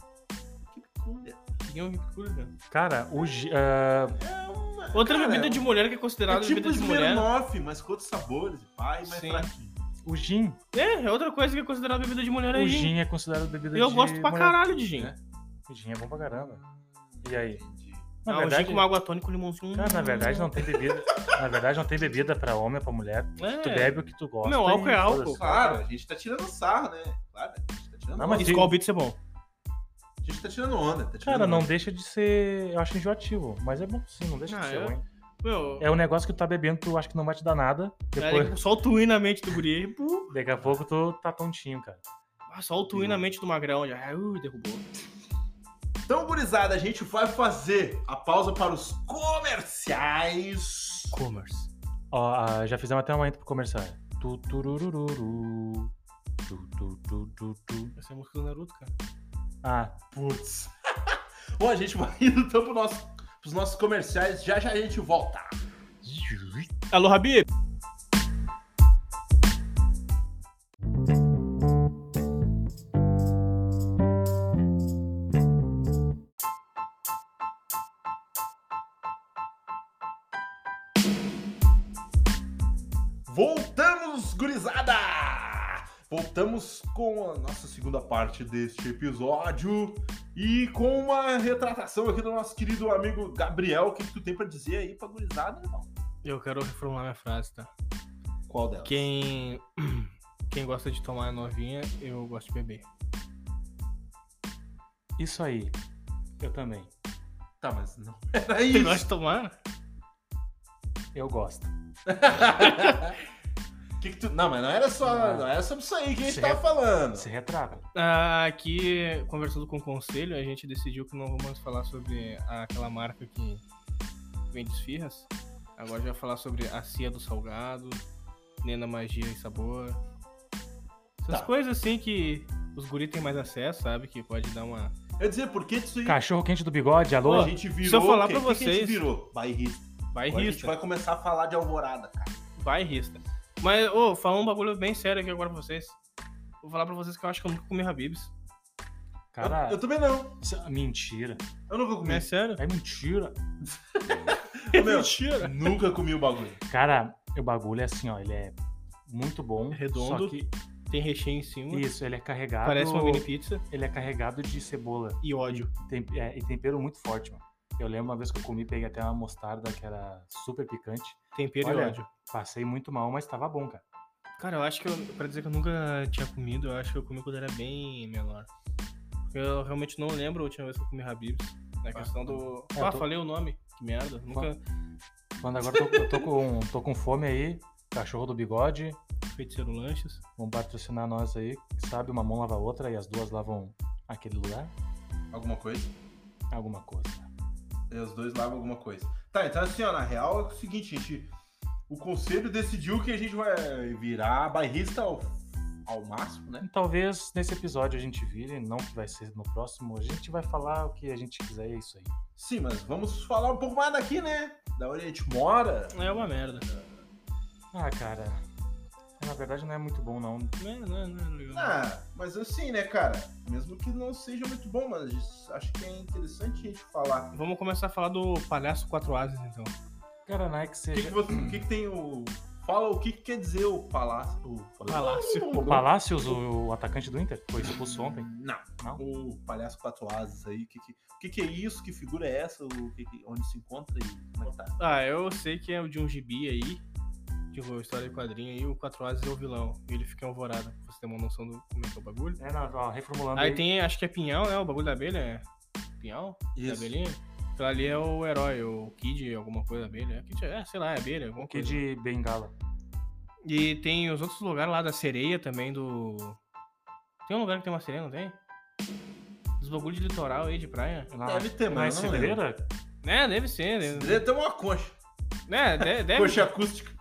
[SPEAKER 1] Que é, picu, velho.
[SPEAKER 2] Ninguém ouve que cura, cara. um
[SPEAKER 3] cara, o. gi- ah,
[SPEAKER 1] É uma-
[SPEAKER 2] né? Outra
[SPEAKER 1] cara,
[SPEAKER 2] bebida de mulher que é
[SPEAKER 1] É
[SPEAKER 2] considerada
[SPEAKER 1] tipo
[SPEAKER 2] bebida de mulher.
[SPEAKER 1] Smirnoff, mas com outros sabores, pai, mais
[SPEAKER 2] Sim.
[SPEAKER 1] fraquinho.
[SPEAKER 3] o gin.
[SPEAKER 2] É, é outra coisa que é considerada bebida de mulher
[SPEAKER 3] O
[SPEAKER 2] aí.
[SPEAKER 3] gin é considerado bebida
[SPEAKER 2] Eu
[SPEAKER 3] de.
[SPEAKER 2] gosto pra
[SPEAKER 3] mulher.
[SPEAKER 2] caralho de gin.
[SPEAKER 1] É.
[SPEAKER 3] O gin é bom pra caramba. E aí?
[SPEAKER 1] Entendi.
[SPEAKER 3] Na
[SPEAKER 2] Ah, o gin
[SPEAKER 3] verdade,
[SPEAKER 2] com uma água tônica, com limãozinho.
[SPEAKER 3] cara, na verdade não tem bebida. na verdade não tem bebida pra homem, pra mulher.
[SPEAKER 2] É.
[SPEAKER 3] Tu bebe o que tu gosta.
[SPEAKER 2] Meu,
[SPEAKER 3] e
[SPEAKER 2] álcool é álcool,
[SPEAKER 3] foda-se.
[SPEAKER 1] Claro, a gente tá tirando sarro, né? Claro, a gente tá tirando
[SPEAKER 3] Não,
[SPEAKER 1] onda.
[SPEAKER 3] mas
[SPEAKER 2] Skull Beats é bom.
[SPEAKER 1] A gente tá tirando onda. Tá tirando
[SPEAKER 3] Cara, não
[SPEAKER 1] onda.
[SPEAKER 3] deixa de ser. Eu acho enjoativo, mas é bom sim, não deixa
[SPEAKER 2] Uhum. Ah,
[SPEAKER 3] de ser
[SPEAKER 2] eu-
[SPEAKER 3] ruim.
[SPEAKER 2] Meu,
[SPEAKER 3] É um negócio que tu tá bebendo, tu acha que não vai te dar nada. Depois,
[SPEAKER 2] é, só o twin na mente do guri. e, pô,
[SPEAKER 3] [LAUGHS] daqui a pouco tu tá tontinho, cara.
[SPEAKER 2] Ah, Só o Twin na mente do Magrão já. Ah, Uh, derrubou.
[SPEAKER 1] Então, gurizada, a gente vai fazer a pausa para os comerciais.
[SPEAKER 2] Commerce.
[SPEAKER 3] Ó, ah, já fizemos até uma intro pro comercial. Tu, tururururu. Tu, tu, tu, tu, tu.
[SPEAKER 2] Essa é a música do Naruto, cara.
[SPEAKER 3] Ah,
[SPEAKER 1] Putz. [LAUGHS] Bom, a gente vai indo então pro nosso, pros nossos comerciais. Já já a gente volta.
[SPEAKER 2] Alô, Rabi!
[SPEAKER 1] Voltamos, gurizada! Voltamos com a nossa segunda parte deste episódio e com uma retratação aqui do nosso querido amigo Gabriel. O que, que tu tem pra dizer aí pra gurizada, irmão?
[SPEAKER 2] Eu quero reformular minha frase, tá?
[SPEAKER 1] Qual dela?
[SPEAKER 2] Quem. [CLEARS THROAT] Quem gosta de tomar novinha, eu gosto de beber.
[SPEAKER 3] isso aí. Eu também.
[SPEAKER 1] Tá, mas não [LAUGHS] era
[SPEAKER 2] Você
[SPEAKER 1] isso.
[SPEAKER 2] gosta de tomar?
[SPEAKER 3] Eu gosto.
[SPEAKER 1] Que que tu- Não, mas não era só,
[SPEAKER 3] Não.
[SPEAKER 1] não era sobre isso aí que a gente
[SPEAKER 3] Se
[SPEAKER 1] tava
[SPEAKER 2] é-
[SPEAKER 3] re-
[SPEAKER 1] falando.
[SPEAKER 3] Se retrata.
[SPEAKER 2] Ah, aqui, conversando com o conselho, a gente decidiu que não vamos falar sobre aquela marca que vende esfirras. Agora já vai falar sobre a Cia do Salgado, Nena Magia e Sabor. Essas
[SPEAKER 1] Tá.
[SPEAKER 2] coisas assim que os guri têm mais acesso, sabe? Que pode dar uma.
[SPEAKER 1] Eu dizer, por que isso aí?
[SPEAKER 3] Cachorro quente do bigode,
[SPEAKER 1] a
[SPEAKER 3] alô?
[SPEAKER 1] gente virou.
[SPEAKER 2] se eu falar
[SPEAKER 1] o quê?
[SPEAKER 2] pra
[SPEAKER 1] O que que a
[SPEAKER 2] vocês- É
[SPEAKER 1] gente virou bairrista.
[SPEAKER 2] Vai
[SPEAKER 1] Agora a gente
[SPEAKER 2] rista,
[SPEAKER 1] vai começar a falar de alvorada, cara.
[SPEAKER 2] vai rista. Mas, ô,
[SPEAKER 3] Hum.
[SPEAKER 2] falar um bagulho bem sério aqui agora pra vocês. Vou falar pra vocês que eu acho que eu nunca comi Habibs.
[SPEAKER 3] Cara,
[SPEAKER 1] Eu, eu também não.
[SPEAKER 3] isso é mentira.
[SPEAKER 1] Eu nunca comi.
[SPEAKER 2] É sério?
[SPEAKER 3] É mentira.
[SPEAKER 2] [LAUGHS]
[SPEAKER 1] Meu,
[SPEAKER 2] mentira.
[SPEAKER 1] nunca comi o bagulho.
[SPEAKER 3] Cara, o bagulho é assim, ó. Ele é muito bom.
[SPEAKER 2] É Redondo.
[SPEAKER 3] Só que,
[SPEAKER 2] Tem recheio em cima.
[SPEAKER 3] isso, ele é carregado.
[SPEAKER 2] Parece uma mini pizza.
[SPEAKER 3] Ele é carregado de cebola.
[SPEAKER 2] E ódio.
[SPEAKER 3] Tem, é, e tempero muito forte, mano. Eu lembro uma vez que eu comi, peguei até uma mostarda que era super picante.
[SPEAKER 2] Tempero e
[SPEAKER 3] Olha.
[SPEAKER 2] ódio.
[SPEAKER 3] Passei muito mal, mas tava bom, cara.
[SPEAKER 2] Cara, eu acho que eu, pra dizer que eu nunca tinha comido, eu acho que eu comi quando era bem menor. Eu realmente não lembro a última vez que eu comi Habibs. Na questão do.
[SPEAKER 3] É,
[SPEAKER 2] Ah,
[SPEAKER 3] tô- Tá.
[SPEAKER 2] falei o nome. Que merda. Nunca.
[SPEAKER 3] Quando agora eu tô, eu tô com, tô com fome aí, cachorro do bigode,
[SPEAKER 2] Feiticeiro Lanches.
[SPEAKER 3] vão patrocinar nós aí, que sabe, uma mão lava a outra e as duas lavam aquele lugar,
[SPEAKER 1] Alguma coisa?
[SPEAKER 3] alguma coisa.
[SPEAKER 1] E os dois lavam alguma coisa. Tá, então assim, ó, na real é o seguinte, gente. O conselho decidiu que a gente vai virar bairrista ao, ao máximo, né?
[SPEAKER 3] Talvez nesse episódio a gente vire, não que vai ser no próximo, a gente vai falar o que a gente quiser e é isso aí.
[SPEAKER 1] Sim, mas vamos falar um pouco mais daqui, né? Da onde a gente mora.
[SPEAKER 2] É uma merda.
[SPEAKER 3] Ah, cara, na verdade não é muito bom não.
[SPEAKER 2] Não é, não é, não é legal.
[SPEAKER 1] Ah, mas assim, né, cara? Mesmo que não seja muito bom, mas acho que é interessante a gente falar.
[SPEAKER 2] Vamos começar a falar do Palhaço Quatro Asas, então.
[SPEAKER 3] Cara, não é que
[SPEAKER 1] O que, que
[SPEAKER 3] seja...
[SPEAKER 1] você- o que que tem o. Fala o que, que quer dizer o palácio. O
[SPEAKER 2] Palácio.
[SPEAKER 3] O Palacios, o, o atacante do Inter, foi expulso ontem.
[SPEAKER 1] Não.
[SPEAKER 3] Não?
[SPEAKER 1] O palhaço quatro asas aí. O que, que, o que, que é isso? Que figura é essa? O que que- onde se encontra e como é que tá?
[SPEAKER 2] Ah, eu sei que é o de um gibi aí. De uma história de quadrinho aí. O Quatro Asas é o vilão. E ele fica em alvorada. pra Você ter uma noção do como é que é o bagulho.
[SPEAKER 3] É, não, ó, reformulando
[SPEAKER 2] Aí tem, acho que é pinhão, né? O bagulho da abelha é pinhão? Da
[SPEAKER 1] Isso.
[SPEAKER 2] abelhinha? Aquilo ali é o herói, o Kid, alguma coisa da abelha. Kid, é, sei lá, é abelha, alguma
[SPEAKER 3] o que
[SPEAKER 2] coisa.
[SPEAKER 3] de Bengala.
[SPEAKER 2] E tem os outros lugares lá da sereia também, do... Tem um lugar que tem uma sereia, não tem? Dos bagulhos de litoral aí, de praia.
[SPEAKER 3] Na,
[SPEAKER 1] Ah, Deve ter,
[SPEAKER 3] na
[SPEAKER 1] mas eu não lembro.
[SPEAKER 3] Cidreira?
[SPEAKER 2] Né, deve ser. Deve,
[SPEAKER 1] Deve ter uma concha.
[SPEAKER 2] né, de-
[SPEAKER 1] [LAUGHS]
[SPEAKER 2] deve...
[SPEAKER 1] Concha acústica.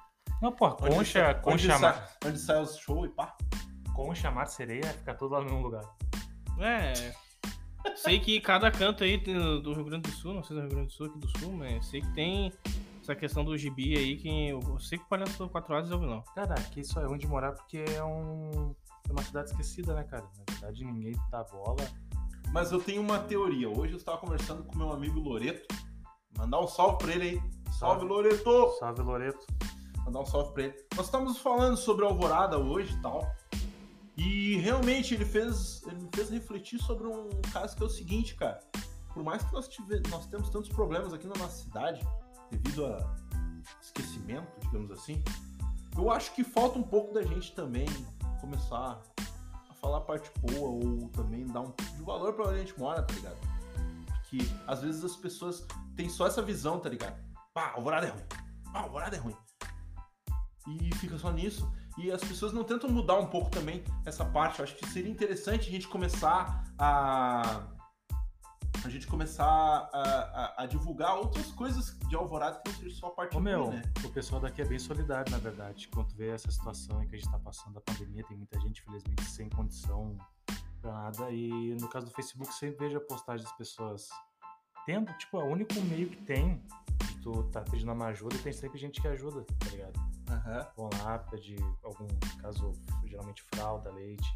[SPEAKER 3] Não, pô, a
[SPEAKER 1] Onde
[SPEAKER 3] concha,
[SPEAKER 1] sa-
[SPEAKER 3] concha, é
[SPEAKER 1] onde,
[SPEAKER 3] mar,
[SPEAKER 1] sa- onde sai os shows e pá.
[SPEAKER 3] concha, mar, sereia, fica tudo lá no mesmo lugar.
[SPEAKER 2] É... Sei que cada canto aí tem do do Rio Grande do Sul, não sei se é do Rio Grande do Sul, aqui do Sul, mas sei que tem essa questão do gibi aí, que eu eu sei que o Palhaço do Quatro Asas é o vilão.
[SPEAKER 3] Cara, aqui só é ruim de morar porque é, um, é uma cidade esquecida, né, cara? Na verdade, ninguém dá bola.
[SPEAKER 1] Mas eu tenho uma teoria. Hoje eu estava conversando com meu amigo Loreto. Mandar um salve pra ele aí. Salve, Loreto!
[SPEAKER 3] Salve, Loreto.
[SPEAKER 1] Mandar um salve pra ele. Nós estamos falando sobre Alvorada hoje e tal. E realmente ele fez, ele me fez refletir sobre um caso que é o seguinte, cara. Por mais que nós, tive, nós temos tantos problemas aqui na nossa cidade, devido a esquecimento, digamos assim, eu acho que falta um pouco da gente também começar a falar a parte boa ou também dar um pouco de valor pra onde a gente mora, tá ligado? Porque às vezes as pessoas têm só essa visão, tá ligado? Pá, alvorada é ruim. Pá, alvorada é ruim. E fica só nisso. E as pessoas não tentam mudar um pouco também essa parte. Eu acho que seria interessante a gente começar a. A gente começar a, a- a divulgar outras coisas de alvorada que não seja só a parte
[SPEAKER 3] Ô,
[SPEAKER 1] ruim,
[SPEAKER 3] meu,
[SPEAKER 1] né?
[SPEAKER 3] o pessoal daqui é bem solidário, na verdade. Quando vê essa situação aí que a gente tá passando, a pandemia, tem muita gente, infelizmente, sem condição pra nada. E no caso do Facebook, sempre vejo a postagem das pessoas tendo, tipo, é o único meio que tem de tu tá pedindo uma ajuda e tem sempre gente que ajuda, tá ligado?
[SPEAKER 1] Aham.
[SPEAKER 3] vão lá, pede algum caso, geralmente fralda, leite.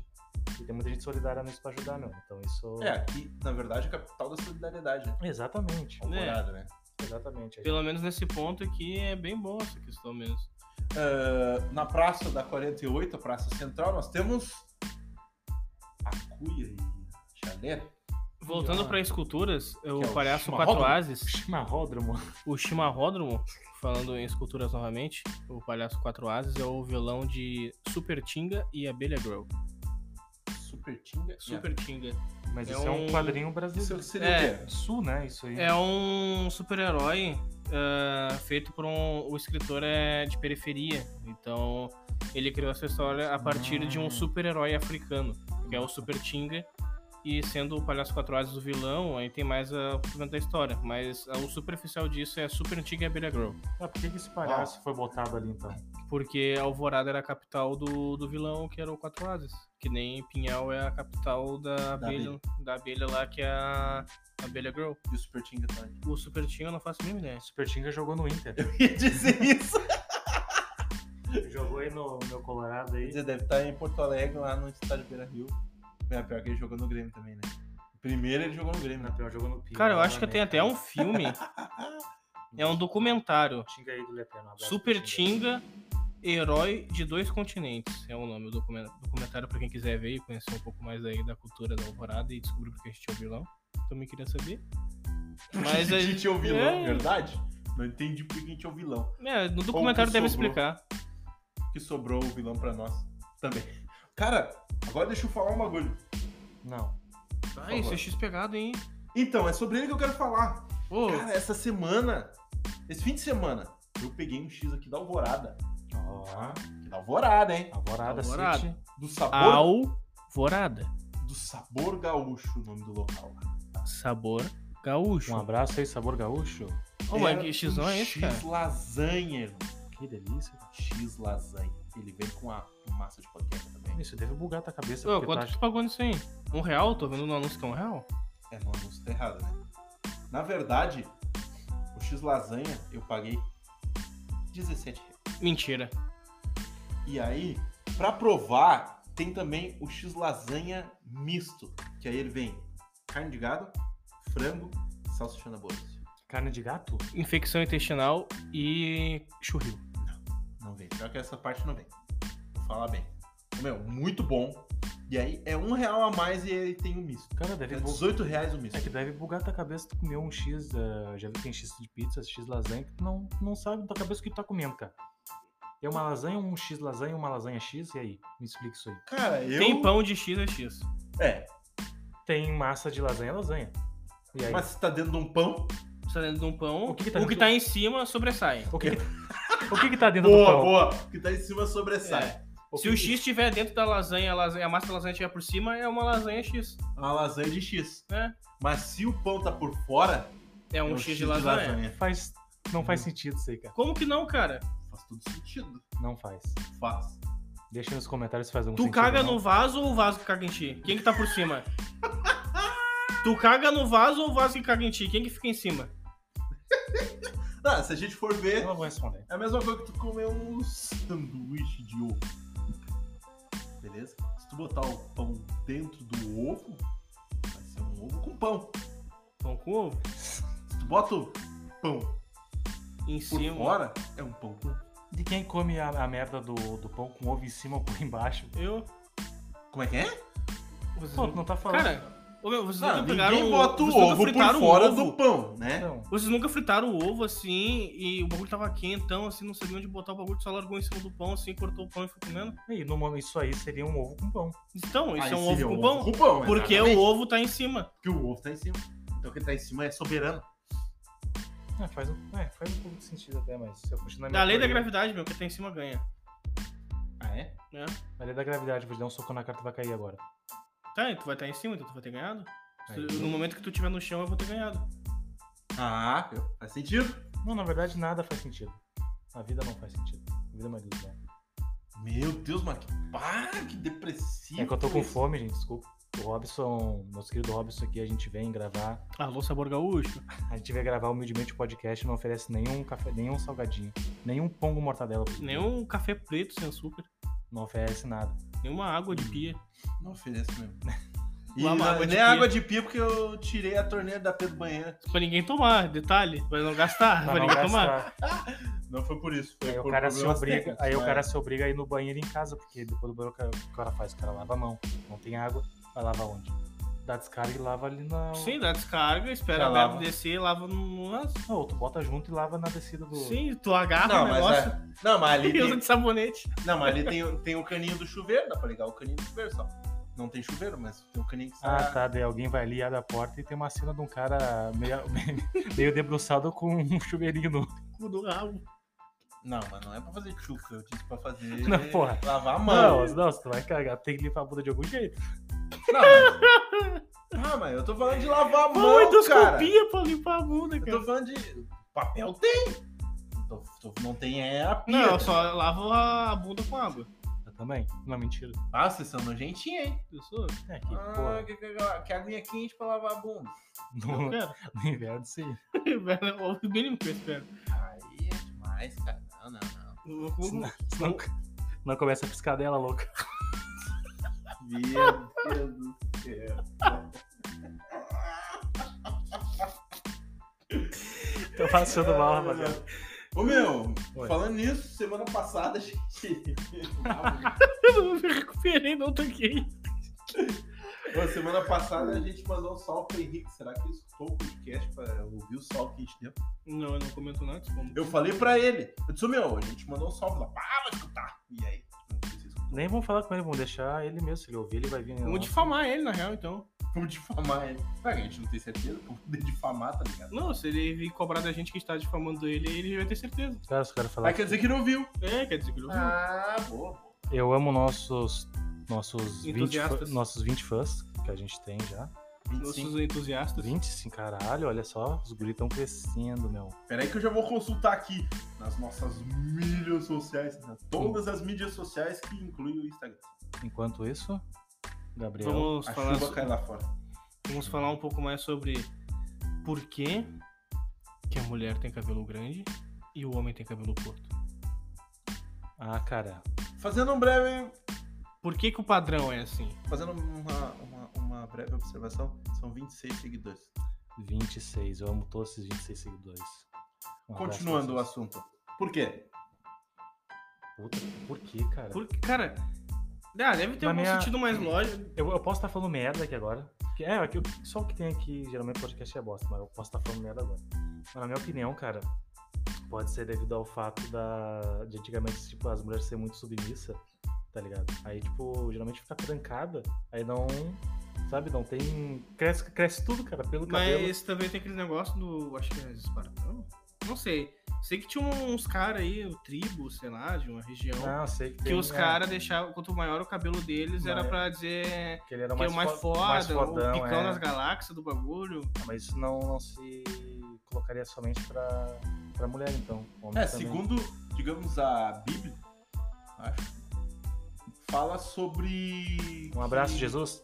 [SPEAKER 3] E tem muita gente solidária nisso pra ajudar, meu. Então isso.
[SPEAKER 1] É, aqui, na verdade, é a capital da solidariedade, né?
[SPEAKER 2] É.
[SPEAKER 3] Exatamente,
[SPEAKER 1] Alvorada, né?
[SPEAKER 3] exatamente.
[SPEAKER 2] Pelo menos nesse ponto aqui é bem boa essa questão mesmo.
[SPEAKER 1] Ah, na praça da 48, a praça central, nós temos a cuia e a chalé.
[SPEAKER 2] Voltando
[SPEAKER 3] Ah.
[SPEAKER 2] para esculturas, o
[SPEAKER 1] Que é o
[SPEAKER 2] palhaço
[SPEAKER 1] chimarródromo?
[SPEAKER 2] Quatro
[SPEAKER 3] um
[SPEAKER 2] Ases,
[SPEAKER 3] Chimarródromo.
[SPEAKER 2] o chimarródromo, falando em esculturas novamente, o palhaço Quatro Ases é o vilão de Super Tinga e Abelha Girl.
[SPEAKER 1] Super Tinga.
[SPEAKER 2] Super Tinga
[SPEAKER 3] Mas
[SPEAKER 2] É
[SPEAKER 3] isso é um
[SPEAKER 2] um-
[SPEAKER 3] quadrinho
[SPEAKER 1] Isso
[SPEAKER 3] brasileiro.
[SPEAKER 1] seria
[SPEAKER 2] É.
[SPEAKER 1] o quê?
[SPEAKER 3] Sul, né? Isso aí.
[SPEAKER 2] é um super-herói ah, feito por um. O escritor é de periferia, então ele criou essa história a partir de
[SPEAKER 3] Hum.
[SPEAKER 2] um super-herói africano, que é o Super Tinga. E sendo o Palhaço Quatro Ases o vilão, aí tem mais a o fundamento da história. Mas ah, o superficial disso é Super Tinga e Abelha Girl.
[SPEAKER 3] Ah, por que que esse palhaço foi botado ali então?
[SPEAKER 2] Porque Alvorada era a capital do, do vilão, que era o Quatro Asas. Que nem Pinhal é a capital da abelha,
[SPEAKER 1] abelha.
[SPEAKER 2] da abelha lá, que é a a Abelha Girl.
[SPEAKER 1] E o Super Tinga tá
[SPEAKER 2] [LAUGHS]
[SPEAKER 1] onde?
[SPEAKER 2] O Super Tinho eu não faço nem ideia.
[SPEAKER 3] O Super Tinga jogou no Inter.
[SPEAKER 1] Ia dizer isso.
[SPEAKER 3] [LAUGHS] jogou aí no meu Colorado
[SPEAKER 1] Quer tá
[SPEAKER 3] aí.
[SPEAKER 1] dizer, deve estar em Porto Alegre, lá no estádio Beira Rio. É, pior que ele jogou no Grêmio também, né? Primeiro ele jogou no Grêmio, né?
[SPEAKER 3] Na pior, jogou no Pio.
[SPEAKER 2] Cara, eu acho que tem até um [LAUGHS] filme. É um documentário.
[SPEAKER 3] Tinga aí do Leterno. abraço,
[SPEAKER 2] Super
[SPEAKER 3] Tinga.
[SPEAKER 2] Tinga, Herói de Dois Continentes. É o nome do documen- documentário pra quem quiser ver e conhecer um pouco mais aí da cultura da Alvorada e descobrir porque a gente é o vilão. Também queria saber. Mas
[SPEAKER 1] [LAUGHS] a
[SPEAKER 2] [LAUGHS] a
[SPEAKER 1] gente é o vilão,
[SPEAKER 2] é.
[SPEAKER 1] verdade? Não entendi por que a gente é o vilão.
[SPEAKER 2] É, no documentário deve
[SPEAKER 1] sobrou.
[SPEAKER 2] explicar.
[SPEAKER 1] Que sobrou o vilão pra nós também. Cara, agora deixa eu falar um bagulho.
[SPEAKER 3] Não.
[SPEAKER 2] Ah, isso é X pegado, hein?
[SPEAKER 1] Então, é sobre ele que eu quero falar.
[SPEAKER 2] Ô,
[SPEAKER 1] Cara, essa semana, esse fim de semana, eu peguei um X aqui da Alvorada.
[SPEAKER 3] Ó,
[SPEAKER 1] Aqui da Alvorada, hein?
[SPEAKER 3] Alvorada,
[SPEAKER 2] Alvorada.
[SPEAKER 3] City.
[SPEAKER 1] Do sabor,
[SPEAKER 2] Alvorada.
[SPEAKER 1] do sabor gaúcho, o nome do local.
[SPEAKER 2] Sabor gaúcho.
[SPEAKER 3] Um abraço aí, sabor gaúcho.
[SPEAKER 2] Ô, mas que X
[SPEAKER 1] Era um
[SPEAKER 2] é esse, cara?
[SPEAKER 1] X lasanha, irmão.
[SPEAKER 3] Que delícia.
[SPEAKER 1] X lasanha. Ele vem com a massa de panqueca também.
[SPEAKER 3] Isso deve bugar tua cabeça. porque tá
[SPEAKER 2] Ô,
[SPEAKER 3] tu
[SPEAKER 2] quanto
[SPEAKER 3] acha-
[SPEAKER 2] tu pagou nisso aí? Um real? Tô vendo no anúncio que é um real.
[SPEAKER 1] É, não, anúncio tá errado, né? Na verdade, o X lasanha eu paguei 17 reais.
[SPEAKER 2] Mentira.
[SPEAKER 1] E aí, pra provar, tem também o X lasanha misto. Que aí ele vem carne de gado, frango, salsichona bolsa.
[SPEAKER 3] Carne de gato?
[SPEAKER 2] Infecção intestinal e churril.
[SPEAKER 1] Não vem. Pior que essa parte não vem. Vou falar bem. Meu, muito bom. E aí é um real a mais e ele tem o misto.
[SPEAKER 3] Cara, deve
[SPEAKER 1] É
[SPEAKER 3] bugar.
[SPEAKER 1] 18 reais o misto.
[SPEAKER 3] É que deve bugar tua cabeça tu comer um X, eh, já vi que tem X de pizza, X lasanha, que tu não, não sabe da tua cabeça o que tu tá comendo, cara. É uma lasanha, um X lasanha, uma lasanha X, e aí? Me explica isso aí.
[SPEAKER 1] Cara, eu.
[SPEAKER 2] Tem pão de X a X.
[SPEAKER 1] É,
[SPEAKER 3] Tem massa de lasanha, é lasanha. E aí?
[SPEAKER 1] mas se tá dentro de um pão.
[SPEAKER 2] Tá dentro de um pão,
[SPEAKER 3] O que que tá dentro?
[SPEAKER 2] em cima sobressai.
[SPEAKER 3] O que que, o que que tá dentro do
[SPEAKER 1] Boa,
[SPEAKER 3] pão?
[SPEAKER 1] boa. Que tá em cima sobressai.
[SPEAKER 2] Se o X estiver dentro da lasanha, a, lasanha, a massa da lasanha estiver por cima, é uma lasanha X.
[SPEAKER 1] Uma lasanha de X.
[SPEAKER 2] É.
[SPEAKER 1] Mas se o pão tá por fora,
[SPEAKER 2] É um, X, de lasanha.
[SPEAKER 3] Faz, não
[SPEAKER 1] Hum.
[SPEAKER 3] faz sentido isso aí, cara.
[SPEAKER 2] Como que não, cara?
[SPEAKER 1] Faz todo sentido.
[SPEAKER 3] Não faz.
[SPEAKER 1] Faz.
[SPEAKER 3] Deixa aí nos comentários se faz algum
[SPEAKER 2] tu
[SPEAKER 3] sentido.
[SPEAKER 2] caga
[SPEAKER 3] ou não.
[SPEAKER 2] no vaso ou o vaso que caga em ti? Quem que tá por
[SPEAKER 1] [LAUGHS]
[SPEAKER 2] cima? tu caga no vaso ou o vaso que caga em ti? Quem que fica em cima?
[SPEAKER 1] Ah, se a gente for
[SPEAKER 3] Eu
[SPEAKER 1] ver,
[SPEAKER 3] não vou responder.
[SPEAKER 1] é a mesma coisa que tu comer um sanduíche de ovo. Beleza? Se tu botar o pão dentro do ovo, vai ser um ovo com pão.
[SPEAKER 2] Pão com ovo?
[SPEAKER 1] Se tu bota o pão
[SPEAKER 2] Em
[SPEAKER 1] por
[SPEAKER 2] cima.
[SPEAKER 1] fora, é um pão com.
[SPEAKER 3] De quem come a, a merda do, do pão com ovo em cima ou por embaixo?
[SPEAKER 2] Eu?
[SPEAKER 1] Como é que é?
[SPEAKER 2] Vocês
[SPEAKER 3] Pô,
[SPEAKER 2] não-
[SPEAKER 3] tu não tá falando.
[SPEAKER 2] Cara, ô, meu, vocês
[SPEAKER 1] Não,
[SPEAKER 2] nunca pegaram
[SPEAKER 1] ninguém bota o
[SPEAKER 2] vocês nunca
[SPEAKER 1] ovo por
[SPEAKER 2] fritaram o
[SPEAKER 1] fora
[SPEAKER 2] ovo?
[SPEAKER 1] do pão, né?
[SPEAKER 3] Não.
[SPEAKER 2] Vocês nunca fritaram o ovo assim e o bagulho tava quentão, assim, não sabia onde botar o bagulho, só largou em cima do pão, assim, cortou o pão e foi comendo?
[SPEAKER 3] Aí, no momento, isso aí seria um ovo com pão.
[SPEAKER 2] Então, isso
[SPEAKER 1] Ah,
[SPEAKER 2] é um
[SPEAKER 1] esse
[SPEAKER 2] ovo com pão?
[SPEAKER 1] com pão,
[SPEAKER 2] Porque
[SPEAKER 1] exatamente.
[SPEAKER 2] o ovo tá em cima.
[SPEAKER 1] Porque o ovo tá em cima. Então quem tá em cima é soberano.
[SPEAKER 3] É, faz, um, é, faz um pouco de sentido até, mas se eu
[SPEAKER 1] Tá
[SPEAKER 3] continuar minha
[SPEAKER 2] A lei da
[SPEAKER 3] teoria-
[SPEAKER 2] gravidade, meu, que tá em cima ganha.
[SPEAKER 1] Ah, é?
[SPEAKER 2] Né?
[SPEAKER 3] A lei da gravidade, vou te dar um soco na cara, tu vai cair agora.
[SPEAKER 2] Tá, e tu vai estar em cima, então tu vai ter ganhado. Se-
[SPEAKER 3] Aí.
[SPEAKER 2] no momento que tu tiver no chão, eu vou ter ganhado.
[SPEAKER 1] Ah, faz sentido.
[SPEAKER 3] Não, na verdade, nada faz sentido. A vida não faz sentido. A vida é uma ilusão.
[SPEAKER 1] Meu Deus, mas que pá, que depressivo.
[SPEAKER 3] É que eu tô com fome, gente, desculpa. O Robson, nosso querido Robson aqui, a gente vem gravar.
[SPEAKER 2] Alô, sabor gaúcho.
[SPEAKER 3] A gente vem gravar humildemente o podcast, não oferece nenhum café, nenhum salgadinho, nenhum pão com mortadela. pra você.
[SPEAKER 2] Nenhum um café preto sem açúcar,
[SPEAKER 3] Não oferece nada.
[SPEAKER 2] nenhuma água de pia.
[SPEAKER 1] Não ofereço mesmo. [LAUGHS] E
[SPEAKER 2] Lá uma
[SPEAKER 1] na-
[SPEAKER 2] água de
[SPEAKER 1] nem
[SPEAKER 2] pia.
[SPEAKER 1] água de pia, porque eu tirei a torneira da pia do banheiro.
[SPEAKER 2] Pra ninguém tomar, detalhe. Pra não gastar, pra,
[SPEAKER 3] Pra não
[SPEAKER 2] ninguém Ah, tomar.
[SPEAKER 3] gastar.
[SPEAKER 1] Não foi por isso. Foi
[SPEAKER 3] Aí o
[SPEAKER 1] por
[SPEAKER 3] cara se
[SPEAKER 1] problemas
[SPEAKER 3] obriga,
[SPEAKER 1] técnicos,
[SPEAKER 3] aí o
[SPEAKER 1] né?
[SPEAKER 3] cara se obriga a ir no banheiro em casa, porque depois do banheiro o cara- o que o cara faz, o cara lava a mão, não tem água, vai lavar onde? Dá descarga e lava ali na.
[SPEAKER 2] Sim, dá descarga, espera
[SPEAKER 1] Já
[SPEAKER 2] a merda
[SPEAKER 1] lava.
[SPEAKER 2] descer, lava no vaso.
[SPEAKER 3] Não, ou tu bota junto e lava na descida do.
[SPEAKER 2] Sim, tu agarra
[SPEAKER 1] Não,
[SPEAKER 2] o
[SPEAKER 1] mas,
[SPEAKER 2] negócio
[SPEAKER 1] é- não, mas
[SPEAKER 3] [LAUGHS]
[SPEAKER 1] ali,
[SPEAKER 2] [LAUGHS] e usa
[SPEAKER 1] tem,
[SPEAKER 2] de sabonete.
[SPEAKER 1] não, mas ali tem, tem o caninho do chuveiro, dá pra ligar o caninho do chuveiro só. Não tem chuveiro, mas tem o caninho que sai.
[SPEAKER 3] Ah, tá, daí alguém vai ali, abre a porta e tem uma cena de um cara meio, [LAUGHS] meio debruçado com um chuveirinho no.
[SPEAKER 2] Cu do rabo.
[SPEAKER 1] Não, mas não é pra fazer tchuca, eu disse pra fazer
[SPEAKER 3] [LAUGHS] Não, porra.
[SPEAKER 1] lavar a mão.
[SPEAKER 3] Não, não, tu vai cagar, tem que limpar a bunda de algum jeito.
[SPEAKER 1] Não, mas- Ah, mas eu tô falando de lavar a mão,
[SPEAKER 2] Pô,
[SPEAKER 1] cara.
[SPEAKER 2] endoscopia pra limpar a bunda,
[SPEAKER 1] Eu
[SPEAKER 2] cara.
[SPEAKER 1] tô falando de. Papel tem! Tô- tô- não tem é a pia.
[SPEAKER 2] Não, eu só lavo a bunda com água.
[SPEAKER 3] Eu também. Não, é mentira.
[SPEAKER 1] Ah, vocês são nojentinhos, hein?
[SPEAKER 2] Eu sou?
[SPEAKER 3] É que,
[SPEAKER 1] Ah, que, que, que, que aguinha quente pra lavar a bunda.
[SPEAKER 3] pô, [LAUGHS]
[SPEAKER 2] Eu
[SPEAKER 1] Hum.
[SPEAKER 3] no,
[SPEAKER 2] quero. [LAUGHS]
[SPEAKER 3] no inverno
[SPEAKER 1] Uhum.
[SPEAKER 3] sim.
[SPEAKER 2] É o mínimo que eu espero.
[SPEAKER 1] Aí é demais, cara. Não, não, não.
[SPEAKER 2] Eu vou-
[SPEAKER 3] Senão- senão- Não começa a piscadela louca.
[SPEAKER 1] Meu Deus do céu.
[SPEAKER 3] [LAUGHS] Tô passando mal, rapaziada.
[SPEAKER 1] Ô meu,
[SPEAKER 3] Oi.
[SPEAKER 1] falando nisso, semana passada [LAUGHS] a gente.
[SPEAKER 2] Eu não me recuperei, não toquei.
[SPEAKER 1] Ô, semana passada a gente mandou um salve pro Henrique. Será que ele escutou o podcast pra ouvir o salve que a gente deu?
[SPEAKER 2] Não, eu não comento nada. desculpa.
[SPEAKER 1] Eu falei pra ele. Eu disse, ô, meu, a gente mandou um salve lá. Ah, vai escutar. E aí? Não sei se escutou.
[SPEAKER 3] Nem vamos falar com ele, vamos deixar ele mesmo. Se ele ouvir, ele vai vir. né,
[SPEAKER 2] Vamos difamar ele, na real, então.
[SPEAKER 1] Vamos difamar ele. Cara, a gente não tem certeza pra poder [LAUGHS] difamar, tá ligado?
[SPEAKER 2] Não, se ele vir cobrar da gente que está difamando ele, ele vai ter certeza.
[SPEAKER 3] Cara, os caras
[SPEAKER 1] Aí
[SPEAKER 3] falaram.
[SPEAKER 1] quer dizer que não viu.
[SPEAKER 2] É, quer dizer que ele ouviu.
[SPEAKER 1] Ah, boa.
[SPEAKER 3] Eu amo nossos, nossos, 20,
[SPEAKER 2] Entusiastas.
[SPEAKER 3] fã- nossos 20 fãs que a gente tem já.
[SPEAKER 2] Nossos
[SPEAKER 1] 25.
[SPEAKER 2] entusiastas.
[SPEAKER 3] 20, sim, caralho, olha só. Os guris estão crescendo, meu.
[SPEAKER 1] Pera aí que eu já vou consultar aqui nas nossas mídias sociais, né? todas as mídias sociais que incluem o Instagram.
[SPEAKER 3] Enquanto isso, Gabriel.
[SPEAKER 2] Vamos
[SPEAKER 1] A
[SPEAKER 2] falar,
[SPEAKER 1] chuva
[SPEAKER 2] so-
[SPEAKER 1] cai lá fora.
[SPEAKER 2] vamos falar um pouco mais sobre por que, que a mulher tem cabelo grande e o homem tem cabelo curto.
[SPEAKER 3] Ah, cara.
[SPEAKER 1] Fazendo um breve,
[SPEAKER 2] Por que, que o padrão é assim?
[SPEAKER 1] fazendo uma, uma, uma breve observação, são 26 seguidores.
[SPEAKER 3] 26. Eu amo todos esses 26 seguidores. Um abraço
[SPEAKER 1] Continuando o
[SPEAKER 3] pra
[SPEAKER 1] assunto. Por quê?
[SPEAKER 3] vocês. Puta, por que, cara?
[SPEAKER 2] Porque, cara, ah, deve
[SPEAKER 3] É.
[SPEAKER 2] ter
[SPEAKER 3] Na
[SPEAKER 2] algum
[SPEAKER 3] minha-
[SPEAKER 2] sentido mais lógico.
[SPEAKER 3] Eu, eu posso estar falando merda aqui agora. Porque, é, aqui, só o que tem aqui, geralmente podcast é bosta, mas eu posso estar falando merda agora. Mas na minha opinião, cara, pode ser devido ao fato da, de antigamente, tipo, as mulheres serem muito submissas, tá ligado? Aí, tipo, geralmente fica trancada, aí não, sabe, não tem... Cresce, cresce tudo, cara, pelo cabelo.
[SPEAKER 2] Mas também tem aquele negócio do. Acho que é Espartão? Não sei. Sei que tinha uns caras aí, o tribo, sei lá, de uma região.
[SPEAKER 3] Não, sei que
[SPEAKER 2] Que
[SPEAKER 3] tem,
[SPEAKER 2] os
[SPEAKER 3] é,
[SPEAKER 2] caras deixavam, quanto maior o cabelo deles, era
[SPEAKER 3] Maior.
[SPEAKER 2] pra dizer
[SPEAKER 3] Que ele era
[SPEAKER 2] que é
[SPEAKER 3] mais,
[SPEAKER 2] o mais
[SPEAKER 3] fo-
[SPEAKER 2] foda,
[SPEAKER 3] mais
[SPEAKER 2] o
[SPEAKER 3] fodão,
[SPEAKER 2] picão
[SPEAKER 3] é.
[SPEAKER 2] das galáxias do bagulho.
[SPEAKER 3] Mas isso não, não se colocaria somente pra, pra mulher, então. Homem
[SPEAKER 1] É,
[SPEAKER 3] também.
[SPEAKER 1] segundo, digamos, a Bíblia, acho, fala sobre...
[SPEAKER 3] Um abraço,
[SPEAKER 1] que-
[SPEAKER 3] Jesus.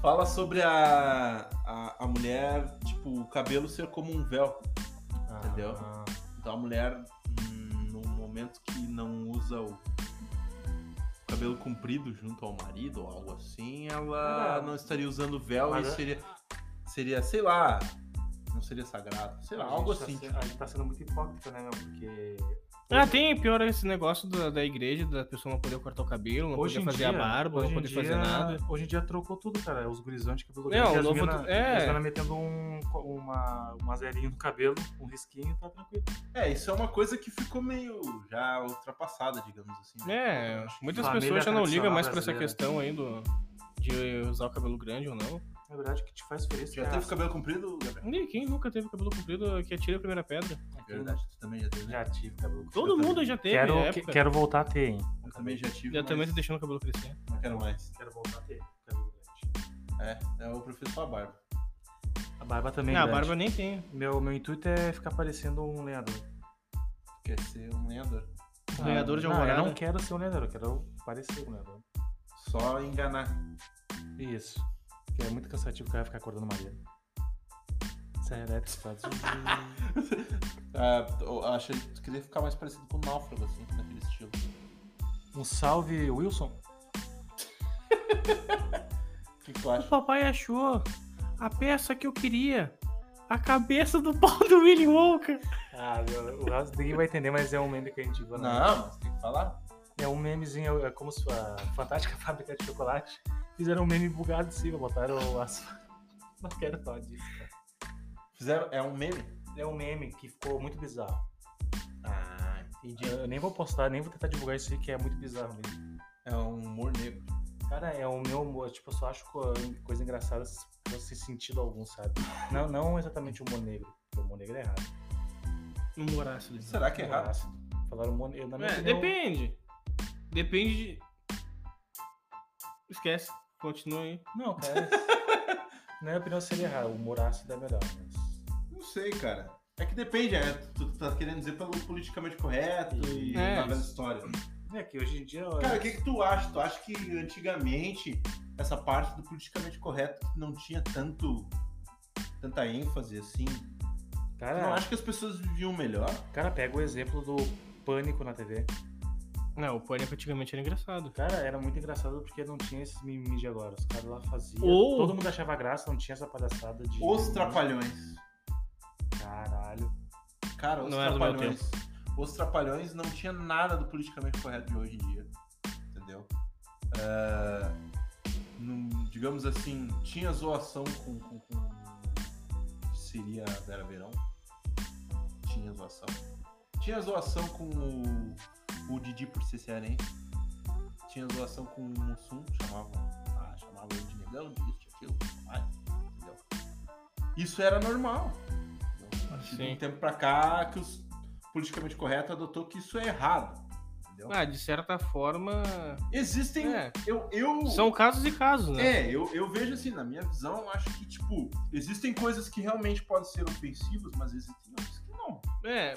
[SPEAKER 1] Fala sobre a, a, a mulher, tipo, o cabelo ser como um véu. Entendeu?
[SPEAKER 3] Ah.
[SPEAKER 1] Então a mulher, hum, no momento que não usa o cabelo comprido junto ao marido ou algo assim, ela
[SPEAKER 3] Cara,
[SPEAKER 1] não estaria usando véu
[SPEAKER 3] mas
[SPEAKER 1] e
[SPEAKER 3] é-
[SPEAKER 1] seria, seria, sei lá, não seria sagrado, sei lá,
[SPEAKER 3] A
[SPEAKER 1] algo
[SPEAKER 3] gente tá
[SPEAKER 1] assim.
[SPEAKER 3] se-
[SPEAKER 1] tipo.
[SPEAKER 3] a gente tá sendo muito hipócrita, né, meu? Porque. É.
[SPEAKER 2] Ah, tem pior esse negócio da, da igreja, da pessoa não poder cortar o cabelo, não
[SPEAKER 3] hoje
[SPEAKER 2] poder
[SPEAKER 3] em
[SPEAKER 2] fazer
[SPEAKER 3] dia,
[SPEAKER 2] a barba, não
[SPEAKER 3] hoje em
[SPEAKER 2] poder
[SPEAKER 3] dia-
[SPEAKER 2] fazer nada.
[SPEAKER 3] Hoje em dia trocou tudo, cara. Os gurizões de cabelo
[SPEAKER 2] Não,
[SPEAKER 3] grande.
[SPEAKER 2] o
[SPEAKER 3] as
[SPEAKER 2] novo-
[SPEAKER 3] mina-
[SPEAKER 2] é.
[SPEAKER 3] As mina metendo um, uma, uma zerinha no cabelo, um risquinho, tá tranquilo.
[SPEAKER 1] É, isso é uma coisa que ficou meio já ultrapassada, digamos assim. né?
[SPEAKER 2] É,
[SPEAKER 1] Eu acho que-
[SPEAKER 2] muitas
[SPEAKER 3] Família
[SPEAKER 2] pessoas já não ligam mais pra essa questão
[SPEAKER 3] tradicional
[SPEAKER 2] aí do, de usar o cabelo grande ou não.
[SPEAKER 3] Na verdade, o que te faz feliz
[SPEAKER 1] Já
[SPEAKER 3] é
[SPEAKER 2] tá
[SPEAKER 1] teve
[SPEAKER 3] a-
[SPEAKER 1] cabelo comprido, Gabriel?
[SPEAKER 2] E quem nunca teve cabelo comprido que atira a primeira pedra?
[SPEAKER 1] Verdade, tu também já teve, né?
[SPEAKER 3] Já tive cabelo.
[SPEAKER 2] Todo
[SPEAKER 3] Eu
[SPEAKER 2] mundo
[SPEAKER 3] também-
[SPEAKER 2] já teve né,
[SPEAKER 3] Quero, que-
[SPEAKER 2] época.
[SPEAKER 3] quero voltar a ter, hein?
[SPEAKER 1] Eu também já tive,
[SPEAKER 2] Eu também tô
[SPEAKER 1] mas
[SPEAKER 2] deixando o cabelo crescer. Ah,
[SPEAKER 1] não quero mais.
[SPEAKER 3] Quero voltar a ter cabelo grande.
[SPEAKER 1] É, eu prefiro só a barba.
[SPEAKER 3] A barba também.
[SPEAKER 2] ah, a
[SPEAKER 3] grande.
[SPEAKER 2] barba nem tem.
[SPEAKER 3] [LAUGHS] Meu, meu intuito é ficar parecendo um lenhador.
[SPEAKER 1] Quer ser um lenhador.
[SPEAKER 3] Ah,
[SPEAKER 2] Lenhador de
[SPEAKER 3] não,
[SPEAKER 2] alvorada.
[SPEAKER 3] Eu não quero ser um lenhador, eu quero parecer um lenhador.
[SPEAKER 1] Só enganar.
[SPEAKER 3] Isso. Porque é muito cansativo o cara ficar acordando é madeira. Serelepe, estados
[SPEAKER 1] Ah, eu achei que tu queria ficar mais parecido com o Náufrago, assim, naquele estilo.
[SPEAKER 3] Um salve, Wilson.
[SPEAKER 1] O que, que tu
[SPEAKER 2] O
[SPEAKER 1] acha?
[SPEAKER 2] papai achou a peça que eu queria. A cabeça do pau do Willy Wonka.
[SPEAKER 3] Ah, meu, o Raso ninguém vai entender, mas é um meme que a gente viu, né?
[SPEAKER 1] Não, mas tem que falar.
[SPEAKER 3] É um memezinho, é como se a fantástica [LAUGHS] fábrica de chocolate fizeram um meme bugado em cima, botaram as... [LAUGHS] Não quero falar disso, cara.
[SPEAKER 1] Fizeram, é um meme?
[SPEAKER 3] É um meme que ficou muito bizarro.
[SPEAKER 1] Ah, entendi.
[SPEAKER 3] Eu nem vou postar, nem vou tentar divulgar isso aí, que é muito bizarro mesmo.
[SPEAKER 1] É um humor negro.
[SPEAKER 3] Cara, é o meu humor. Tipo, eu só acho co- coisa engraçada se fosse sentido algum, sabe? Não, não exatamente o humor negro. Porque o humor negro é errado.
[SPEAKER 2] Não morasse ali.
[SPEAKER 1] Será que é
[SPEAKER 3] Humor
[SPEAKER 1] errado?
[SPEAKER 3] ácido. Falaram humor negro. Na minha
[SPEAKER 2] É,
[SPEAKER 3] opinião,
[SPEAKER 2] depende. Depende de. Esquece. Continua aí.
[SPEAKER 3] Não, cara. na minha opinião seria errado. O humor ácido é melhor, mas.
[SPEAKER 1] Não sei, cara. É que depende, é. Tu tu tá querendo dizer pelo politicamente correto e
[SPEAKER 2] É.
[SPEAKER 1] na velha história.
[SPEAKER 3] É que hoje em dia.
[SPEAKER 1] Cara, o que, que tu acha? Tu acha que antigamente essa parte do politicamente correto que não tinha tanto tanta ênfase assim? Tu não é.
[SPEAKER 3] cara,
[SPEAKER 1] acha que as pessoas viviam melhor?
[SPEAKER 3] cara, pega o exemplo do pânico na TV.
[SPEAKER 2] Não, o pânico antigamente era engraçado.
[SPEAKER 3] Cara, era muito engraçado porque não tinha esses mimimi de agora. Os caras lá faziam.
[SPEAKER 2] Ou-
[SPEAKER 3] Todo mundo achava graça, não tinha essa palhaçada de.
[SPEAKER 1] Os trapalhões.
[SPEAKER 3] Caralho.
[SPEAKER 1] Cara, os
[SPEAKER 2] Não era do meu
[SPEAKER 1] trapalhões. Os trapalhões não tinha nada do politicamente correto de hoje em dia. Entendeu? Ah, num- digamos assim, tinha zoação com. com, com- seria a Vera Verão. Tinha zoação. Tinha zoação com o, o Didi por ser cearense. Tinha zoação com o Mussum, chamava, ah, chamava ele de negão, disso, de aquilo, mais, entendeu? Isso era normal. entendeu? A partir de
[SPEAKER 2] Sim.
[SPEAKER 1] um tempo pra cá que os politicamente correto adotou que isso é errado. Entendeu?
[SPEAKER 2] Ah, de certa forma.
[SPEAKER 1] Existem.
[SPEAKER 2] é,
[SPEAKER 1] Eu, eu,
[SPEAKER 2] são casos e casos, né?
[SPEAKER 1] é, eu, eu vejo assim, na minha visão, eu acho que, tipo, existem coisas que realmente podem ser ofensivas, mas existem outras que não.
[SPEAKER 2] É,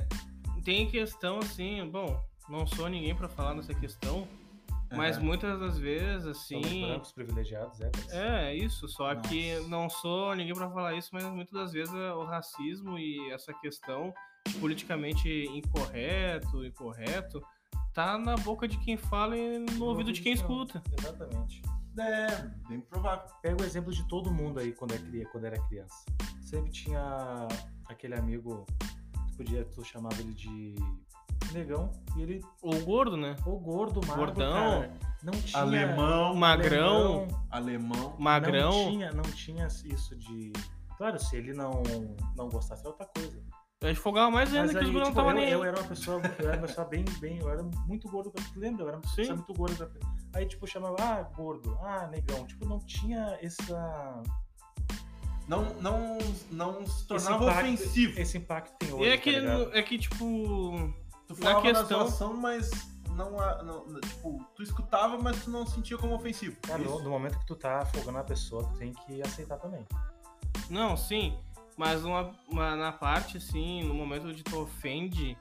[SPEAKER 2] tem questão assim, bom, não sou ninguém pra falar nessa questão, mas
[SPEAKER 1] Aham.
[SPEAKER 2] muitas das vezes,
[SPEAKER 3] São os
[SPEAKER 2] assim.
[SPEAKER 3] brancos privilegiados, é.
[SPEAKER 2] É, isso, só
[SPEAKER 1] Nossa.
[SPEAKER 2] que não sou ninguém pra falar isso, mas muitas das vezes é o racismo e essa questão de politicamente incorreto, incorreto, tá na boca de quem fala e no ouvido de quem escuta.
[SPEAKER 3] Exatamente.
[SPEAKER 1] É, bem provável.
[SPEAKER 3] Pega o exemplo de todo mundo aí
[SPEAKER 2] Uhum.
[SPEAKER 3] quando, é cri- quando era criança. Sempre tinha aquele amigo, tu podia, tu chamava ele de negão, e ele,
[SPEAKER 2] Ou gordo, né?
[SPEAKER 3] o gordo, magro,
[SPEAKER 2] Gordão.
[SPEAKER 3] cara, não tinha...
[SPEAKER 1] Alemão,
[SPEAKER 2] Magrão,
[SPEAKER 1] alemão.
[SPEAKER 3] Não
[SPEAKER 2] magrão.
[SPEAKER 3] tinha, não tinha isso de... Claro, se ele não, não gostasse é outra coisa.
[SPEAKER 2] Eu fogava mais ainda que os
[SPEAKER 3] aí,
[SPEAKER 2] guri não
[SPEAKER 3] tipo,
[SPEAKER 2] tava
[SPEAKER 3] eu,
[SPEAKER 2] nem.
[SPEAKER 3] eu
[SPEAKER 2] aí.
[SPEAKER 3] era uma pessoa, eu era uma pessoa bem, bem, eu era muito gordo, pra- tu lembra? Eu era uma pessoa
[SPEAKER 2] Sim.
[SPEAKER 3] muito gordo. pra- Aí, tipo, chamava, ah, gordo, ah, negão. Tipo, não tinha essa...
[SPEAKER 1] Não, não, não se
[SPEAKER 3] esse
[SPEAKER 1] tornava
[SPEAKER 3] impacto-
[SPEAKER 1] ofensivo.
[SPEAKER 3] Esse impacto tem
[SPEAKER 2] E
[SPEAKER 3] hoje,
[SPEAKER 2] é que,
[SPEAKER 3] tá ligado?
[SPEAKER 2] é que, tipo.
[SPEAKER 1] Tu
[SPEAKER 2] na
[SPEAKER 1] falava na
[SPEAKER 2] questão-
[SPEAKER 1] zoação, mas não, a- não- não- Tipo, tu escutava, mas tu não sentia como ofensivo.
[SPEAKER 2] É
[SPEAKER 3] Cara, É, no,
[SPEAKER 1] Isso.
[SPEAKER 3] no momento que tu tá afogando a pessoa, tu tem que aceitar também.
[SPEAKER 2] Não, sim. Mas uma, uma- na parte, assim, no momento de tu ofende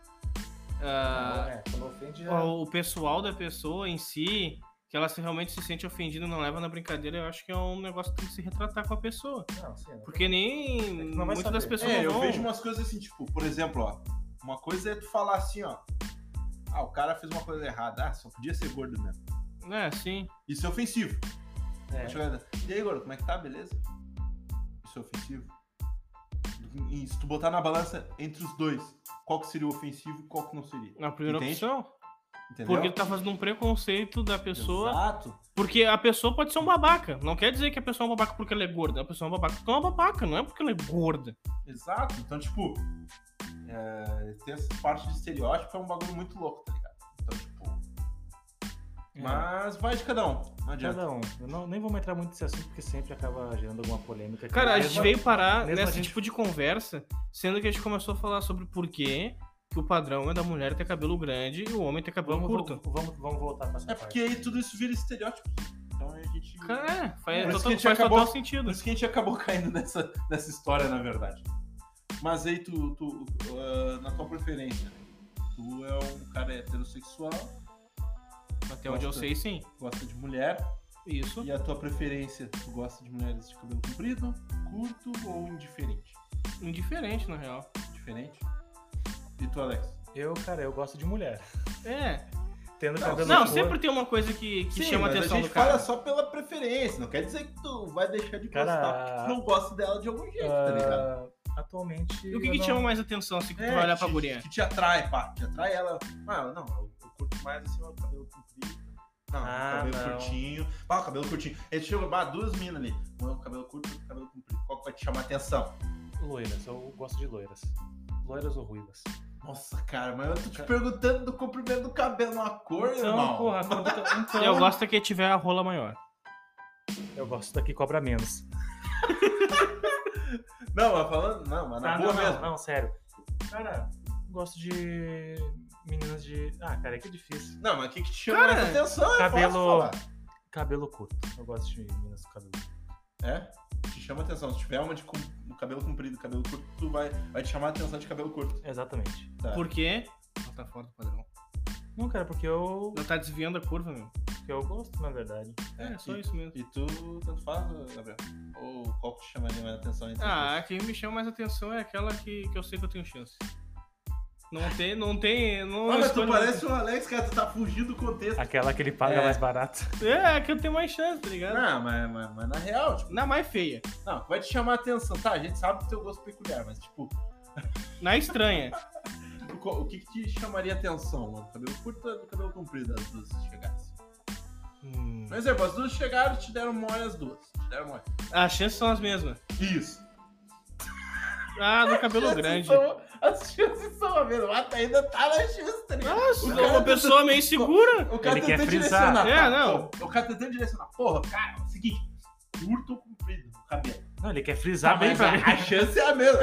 [SPEAKER 2] Ah.
[SPEAKER 3] Não, é, quando ofende, já...
[SPEAKER 2] o o pessoal da pessoa em si, que ela se realmente se sente ofendida e não leva na brincadeira, eu acho que é um negócio que tem que se retratar com a pessoa.
[SPEAKER 3] Não, assim, sim, não.
[SPEAKER 2] Porque nem
[SPEAKER 3] É que não vai
[SPEAKER 2] muitas das
[SPEAKER 3] saber.
[SPEAKER 2] pessoas
[SPEAKER 1] É,
[SPEAKER 2] não
[SPEAKER 1] eu
[SPEAKER 2] vão.
[SPEAKER 1] vejo umas coisas assim, tipo, por exemplo, ó. Uma coisa é tu falar assim, ó. Ah, o cara fez uma coisa errada. Ah, só podia ser gordo mesmo.
[SPEAKER 2] É, sim.
[SPEAKER 1] Isso é ofensivo.
[SPEAKER 3] É,
[SPEAKER 1] Uma chegada, E aí, gordo, como é que tá? Beleza? Isso é ofensivo? E se tu botar na balança entre os dois, qual que seria o ofensivo e qual que não seria?
[SPEAKER 2] Na primeira
[SPEAKER 1] Entende?
[SPEAKER 2] opção.
[SPEAKER 1] Entendeu?
[SPEAKER 2] Porque tu tá fazendo um preconceito da pessoa.
[SPEAKER 1] Exato.
[SPEAKER 2] Porque a pessoa pode ser um babaca. Não quer dizer que a pessoa é um babaca porque ela é gorda. A pessoa é um babaca porque ela é uma babaca, não é porque ela é gorda.
[SPEAKER 1] Exato. Então, tipo, é, ter essa parte de estereótipo é um bagulho muito louco, tá ligado? Então, tipo.
[SPEAKER 3] É.
[SPEAKER 1] Mas vai de cada um. Não adianta.
[SPEAKER 3] Cada um. Eu não, nem vamos entrar muito nesse assunto, porque sempre acaba gerando alguma polêmica.
[SPEAKER 2] Cara, a
[SPEAKER 3] Mesmo-
[SPEAKER 2] gente veio parar
[SPEAKER 3] mesmo a
[SPEAKER 2] nesse
[SPEAKER 3] gente-
[SPEAKER 2] tipo de conversa, sendo que a gente começou a falar sobre por quê que o padrão é da mulher ter cabelo grande e o homem ter cabelo
[SPEAKER 3] Vamos,
[SPEAKER 2] curto.
[SPEAKER 3] vamos, vamos, vamos voltar pra essa
[SPEAKER 1] É
[SPEAKER 3] parte.
[SPEAKER 1] porque aí tudo isso vira estereótipo. Então a gente.
[SPEAKER 2] Cara, é, faz,
[SPEAKER 1] Por isso que a
[SPEAKER 2] total,
[SPEAKER 1] gente
[SPEAKER 2] faz
[SPEAKER 1] acabou-
[SPEAKER 2] total
[SPEAKER 1] Por
[SPEAKER 2] sentido.
[SPEAKER 1] isso que a gente acabou [LAUGHS] caindo nessa, nessa história, na verdade. Mas aí, tu, tu, ah, na tua preferência, né? tu é um cara heterossexual,
[SPEAKER 2] Até onde eu sei, sim.
[SPEAKER 1] gosta de mulher,
[SPEAKER 2] Isso.
[SPEAKER 1] e a tua preferência, tu gosta de mulheres de cabelo comprido, curto ou indiferente?
[SPEAKER 2] Indiferente, na real.
[SPEAKER 1] Diferente? E tu, Alex?
[SPEAKER 3] Eu, cara, eu gosto de mulher. [LAUGHS]
[SPEAKER 2] É.
[SPEAKER 3] Tendo
[SPEAKER 1] Não,
[SPEAKER 3] cabelo
[SPEAKER 2] Não,
[SPEAKER 3] curto-
[SPEAKER 2] sempre tem uma coisa que, que chama a
[SPEAKER 1] mas
[SPEAKER 2] assim, atenção
[SPEAKER 1] a gente
[SPEAKER 2] do cara.
[SPEAKER 1] fala só pela preferência, não quer dizer que tu vai deixar de
[SPEAKER 3] Cara,
[SPEAKER 1] gostar, porque tu não gosta dela de algum jeito, tá ligado?
[SPEAKER 3] Ah, Atualmente.
[SPEAKER 2] E o que,
[SPEAKER 3] eu
[SPEAKER 2] que te
[SPEAKER 3] não-
[SPEAKER 2] chama mais atenção, assim, que tu vai olhar pra
[SPEAKER 1] que,
[SPEAKER 2] guria?
[SPEAKER 1] te- que te atrai, pá, te atrai ela. Ah, não, eu, eu curto mais assim, o cabelo comprido. Não,
[SPEAKER 3] Ah,
[SPEAKER 1] cabelo
[SPEAKER 3] não.
[SPEAKER 1] curtinho. Ah, o cabelo curtinho. Aí tu chega, ah, duas minas ali. Uma com cabelo curto, outra com cabelo comprido. Qual que vai te chamar a atenção?
[SPEAKER 3] Loiras, eu gosto de loiras. Loiras ou ruivas?
[SPEAKER 1] Nossa, cara, mas eu tô te perguntando do comprimento do cabelo, uma cor, irmão.
[SPEAKER 3] Então, porra,
[SPEAKER 2] [LAUGHS]
[SPEAKER 3] quando tu- então.
[SPEAKER 2] Eu gosto é que tiver a rola maior.
[SPEAKER 3] Eu gosto daqui cobra menos.
[SPEAKER 1] Não, mas falando, não, mas Tá na
[SPEAKER 3] Ah,
[SPEAKER 1] boa
[SPEAKER 3] não, não,
[SPEAKER 1] mesmo.
[SPEAKER 3] não, sério. Cara, gosto de meninas de. Ah, cara, é que é difícil.
[SPEAKER 1] Não, mas o que, que te chama
[SPEAKER 2] Cara,
[SPEAKER 1] mais atenção? Eu
[SPEAKER 3] cabelo-
[SPEAKER 1] posso falar.
[SPEAKER 3] Cabelo curto. Eu gosto de meninas com cabelo curto.
[SPEAKER 1] É? Te chama atenção. Se tiver uma de com- um cabelo comprido, cabelo curto, tu vai, vai te chamar a atenção de cabelo curto.
[SPEAKER 3] Exatamente.
[SPEAKER 1] Tá.
[SPEAKER 2] Por quê? Ela tá fora do padrão.
[SPEAKER 3] Não, cara, porque eu.
[SPEAKER 2] Ela tá desviando a curva, meu.
[SPEAKER 3] Porque eu gosto, na verdade.
[SPEAKER 2] É, só
[SPEAKER 1] e-
[SPEAKER 2] isso mesmo.
[SPEAKER 1] E tu tanto faz, ô, Gabriel? Ou qual que te chamaria mais atenção entre
[SPEAKER 2] Ah,
[SPEAKER 1] as
[SPEAKER 2] a que me chama mais atenção é aquela que, que eu sei que eu tenho chance. Não tem, não tem. Não
[SPEAKER 1] duas? Ah, mas tu
[SPEAKER 2] escolho- um. Ah,
[SPEAKER 1] parece o Alex, cara, tu tá fugindo do contexto.
[SPEAKER 3] Aquela que ele paga
[SPEAKER 1] É.
[SPEAKER 3] mais barato.
[SPEAKER 2] É, é que eu tenho mais chance, tá ligado?
[SPEAKER 1] Não, mas, mas,
[SPEAKER 2] Ah.
[SPEAKER 1] mas na real, tipo,
[SPEAKER 2] Na mais feia.
[SPEAKER 1] não, vai te chamar atenção. Tá, a gente sabe do teu gosto peculiar, mas tipo,
[SPEAKER 2] Na estranha.
[SPEAKER 1] O co- O que, que te chamaria atenção, mano? Cabelo curto ou cabelo comprido as duas se chegasse?
[SPEAKER 2] Hum.
[SPEAKER 1] Por exemplo, as duas chegaram e te deram mole as duas. Te deram mole.
[SPEAKER 2] As chances são as mesmas.
[SPEAKER 1] Isso.
[SPEAKER 2] Ah, do
[SPEAKER 1] As
[SPEAKER 2] cabelo
[SPEAKER 1] chances
[SPEAKER 2] grande.
[SPEAKER 1] são- as chances são a mesma. Ah, tá, ainda tá na chance, tá ligado?
[SPEAKER 2] Nossa, então
[SPEAKER 1] O
[SPEAKER 2] uma
[SPEAKER 1] cara tá-
[SPEAKER 2] pessoa meio segura.
[SPEAKER 1] O cara
[SPEAKER 3] Ele
[SPEAKER 1] tentando
[SPEAKER 3] quer frisar.
[SPEAKER 1] direcionar.
[SPEAKER 2] É,
[SPEAKER 1] tá?
[SPEAKER 2] não.
[SPEAKER 1] Pô, O cara tentando direcionar. Porra, cara, é o seguinte. Curto ou comprido o cabelo? Tá,
[SPEAKER 3] Não, ele quer frisar Tá né? bem
[SPEAKER 1] mas
[SPEAKER 3] pra mim.
[SPEAKER 1] a, a chance é a mesma.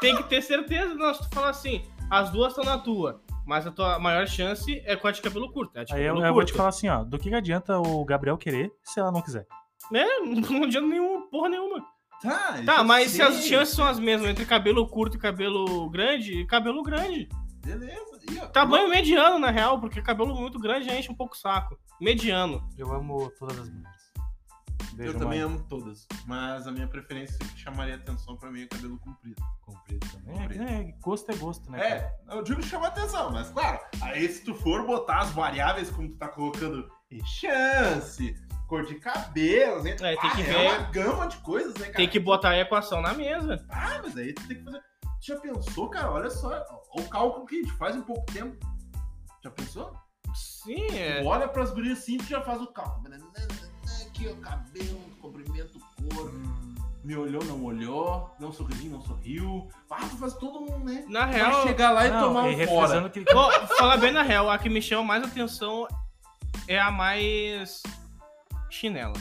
[SPEAKER 2] Tem que ter certeza. Não, se tu falar assim, as duas estão na tua. Mas a tua maior chance é com a de cabelo curto. A de
[SPEAKER 3] Aí
[SPEAKER 2] cabelo
[SPEAKER 3] eu,
[SPEAKER 2] curto.
[SPEAKER 3] eu vou te falar assim, ó. Do que que adianta o Gabriel querer se ela não quiser?
[SPEAKER 2] Né? [LAUGHS] Não adianta nenhuma, porra nenhuma.
[SPEAKER 1] Tá,
[SPEAKER 2] Tá,
[SPEAKER 1] eu
[SPEAKER 2] mas se
[SPEAKER 1] sei.
[SPEAKER 2] as chances são as mesmas entre cabelo curto e cabelo grande, cabelo grande.
[SPEAKER 1] Beleza. E, ó,
[SPEAKER 2] Tamanho mediano, na real, porque cabelo muito grande já enche um pouco o saco. Mediano.
[SPEAKER 3] Eu amo todas as mulheres. Beijo,
[SPEAKER 1] Eu também
[SPEAKER 3] Mari.
[SPEAKER 1] amo todas, mas a minha preferência que chamaria atenção pra mim é cabelo comprido.
[SPEAKER 3] Comprido também. É,
[SPEAKER 1] Comprido.
[SPEAKER 3] é, gosto é gosto, né? cara?
[SPEAKER 1] É, eu digo chamar atenção, mas claro, aí se tu for botar as variáveis como tu tá colocando e chance, cor de cabelo, né?
[SPEAKER 2] É, tem que
[SPEAKER 1] é
[SPEAKER 2] ver-
[SPEAKER 1] uma gama de coisas, né, cara?
[SPEAKER 2] Tem que botar a equação na mesa.
[SPEAKER 1] Ah, mas aí tu tem que fazer. Tu já pensou, cara? Olha só, ó, o cálculo que a gente faz em pouco tempo. Já pensou?
[SPEAKER 2] Sim, é.
[SPEAKER 1] Tu olha pras gurias assim, tu já faz o cálculo. Aqui, o cabelo, comprimento, cor. Me olhou, não olhou. Não sorriu, não sorriu. Ah, tu faz todo um, né? Pra
[SPEAKER 2] Na real,
[SPEAKER 1] chegar lá e
[SPEAKER 3] Não,
[SPEAKER 1] tomar
[SPEAKER 3] e
[SPEAKER 1] um fora.
[SPEAKER 3] refrisando que-
[SPEAKER 2] Ó, falar bem na real, a que me chama mais atenção é a mais chinela.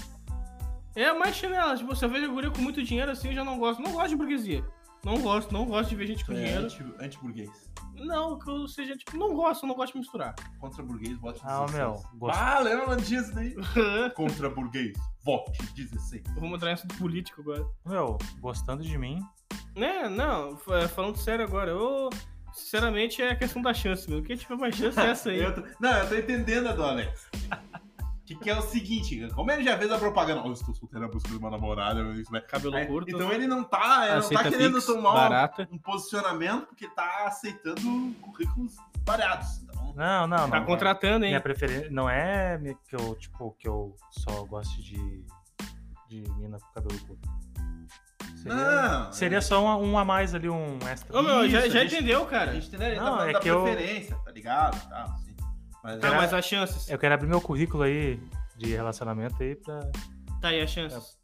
[SPEAKER 2] É a mais chinela. Tipo, se eu vejo a guria com muito dinheiro assim, eu já não gosto. Não gosto de burguesia. Não gosto, não gosto de ver gente com
[SPEAKER 1] É,
[SPEAKER 2] dinheiro.
[SPEAKER 1] anti- anti-burguês.
[SPEAKER 2] Não, que eu seja, tipo, não gosto, não gosto de misturar.
[SPEAKER 1] Contra burguês, vote 16.
[SPEAKER 3] Ah, meu, gosto.
[SPEAKER 1] Ah, lembra disso
[SPEAKER 3] [LAUGHS]
[SPEAKER 1] daí? Contra burguês, vote 16.
[SPEAKER 2] Vamos entrar nisso do político agora.
[SPEAKER 3] Meu, gostando de mim,
[SPEAKER 2] Né, não, fa- falando sério agora, eu. Sinceramente, é a questão da chance, meu. Quem tiver
[SPEAKER 1] [LAUGHS]
[SPEAKER 2] mais chance é essa aí.
[SPEAKER 1] Eu tô- Não, eu tô entendendo a do Alex. Que, que é o seguinte, cara, como ele já fez a propaganda, oh, estou solteiro à busca de uma namorada, isso, né?
[SPEAKER 2] Cabelo
[SPEAKER 1] Aí,
[SPEAKER 2] curto.
[SPEAKER 1] Então ele não tá, ele não tá
[SPEAKER 2] aceita
[SPEAKER 1] querendo
[SPEAKER 2] Pix,
[SPEAKER 1] tomar
[SPEAKER 2] barata.
[SPEAKER 1] um, um posicionamento, porque tá aceitando currículos variados. Então,
[SPEAKER 3] Não, não, não.
[SPEAKER 2] Tá contratando, hein?
[SPEAKER 3] Minha preferência não é me- que eu, tipo, que eu só gosto de, de mina com cabelo curto. Seria,
[SPEAKER 1] Não,
[SPEAKER 3] seria
[SPEAKER 1] é.
[SPEAKER 3] só um, um a mais ali, um extra.
[SPEAKER 2] Ô, meu, já,
[SPEAKER 1] Isso,
[SPEAKER 2] já
[SPEAKER 1] a gente-
[SPEAKER 2] entendeu, cara.
[SPEAKER 1] a gente tem, ele tá
[SPEAKER 3] Não,
[SPEAKER 1] falando
[SPEAKER 3] é
[SPEAKER 1] da
[SPEAKER 3] que eu-
[SPEAKER 1] preferência, tá ligado? Tá, sim. Mas,
[SPEAKER 2] Tá, mas as chances.
[SPEAKER 3] Eu quero abrir meu currículo aí de relacionamento aí pra
[SPEAKER 2] Tá aí as chances.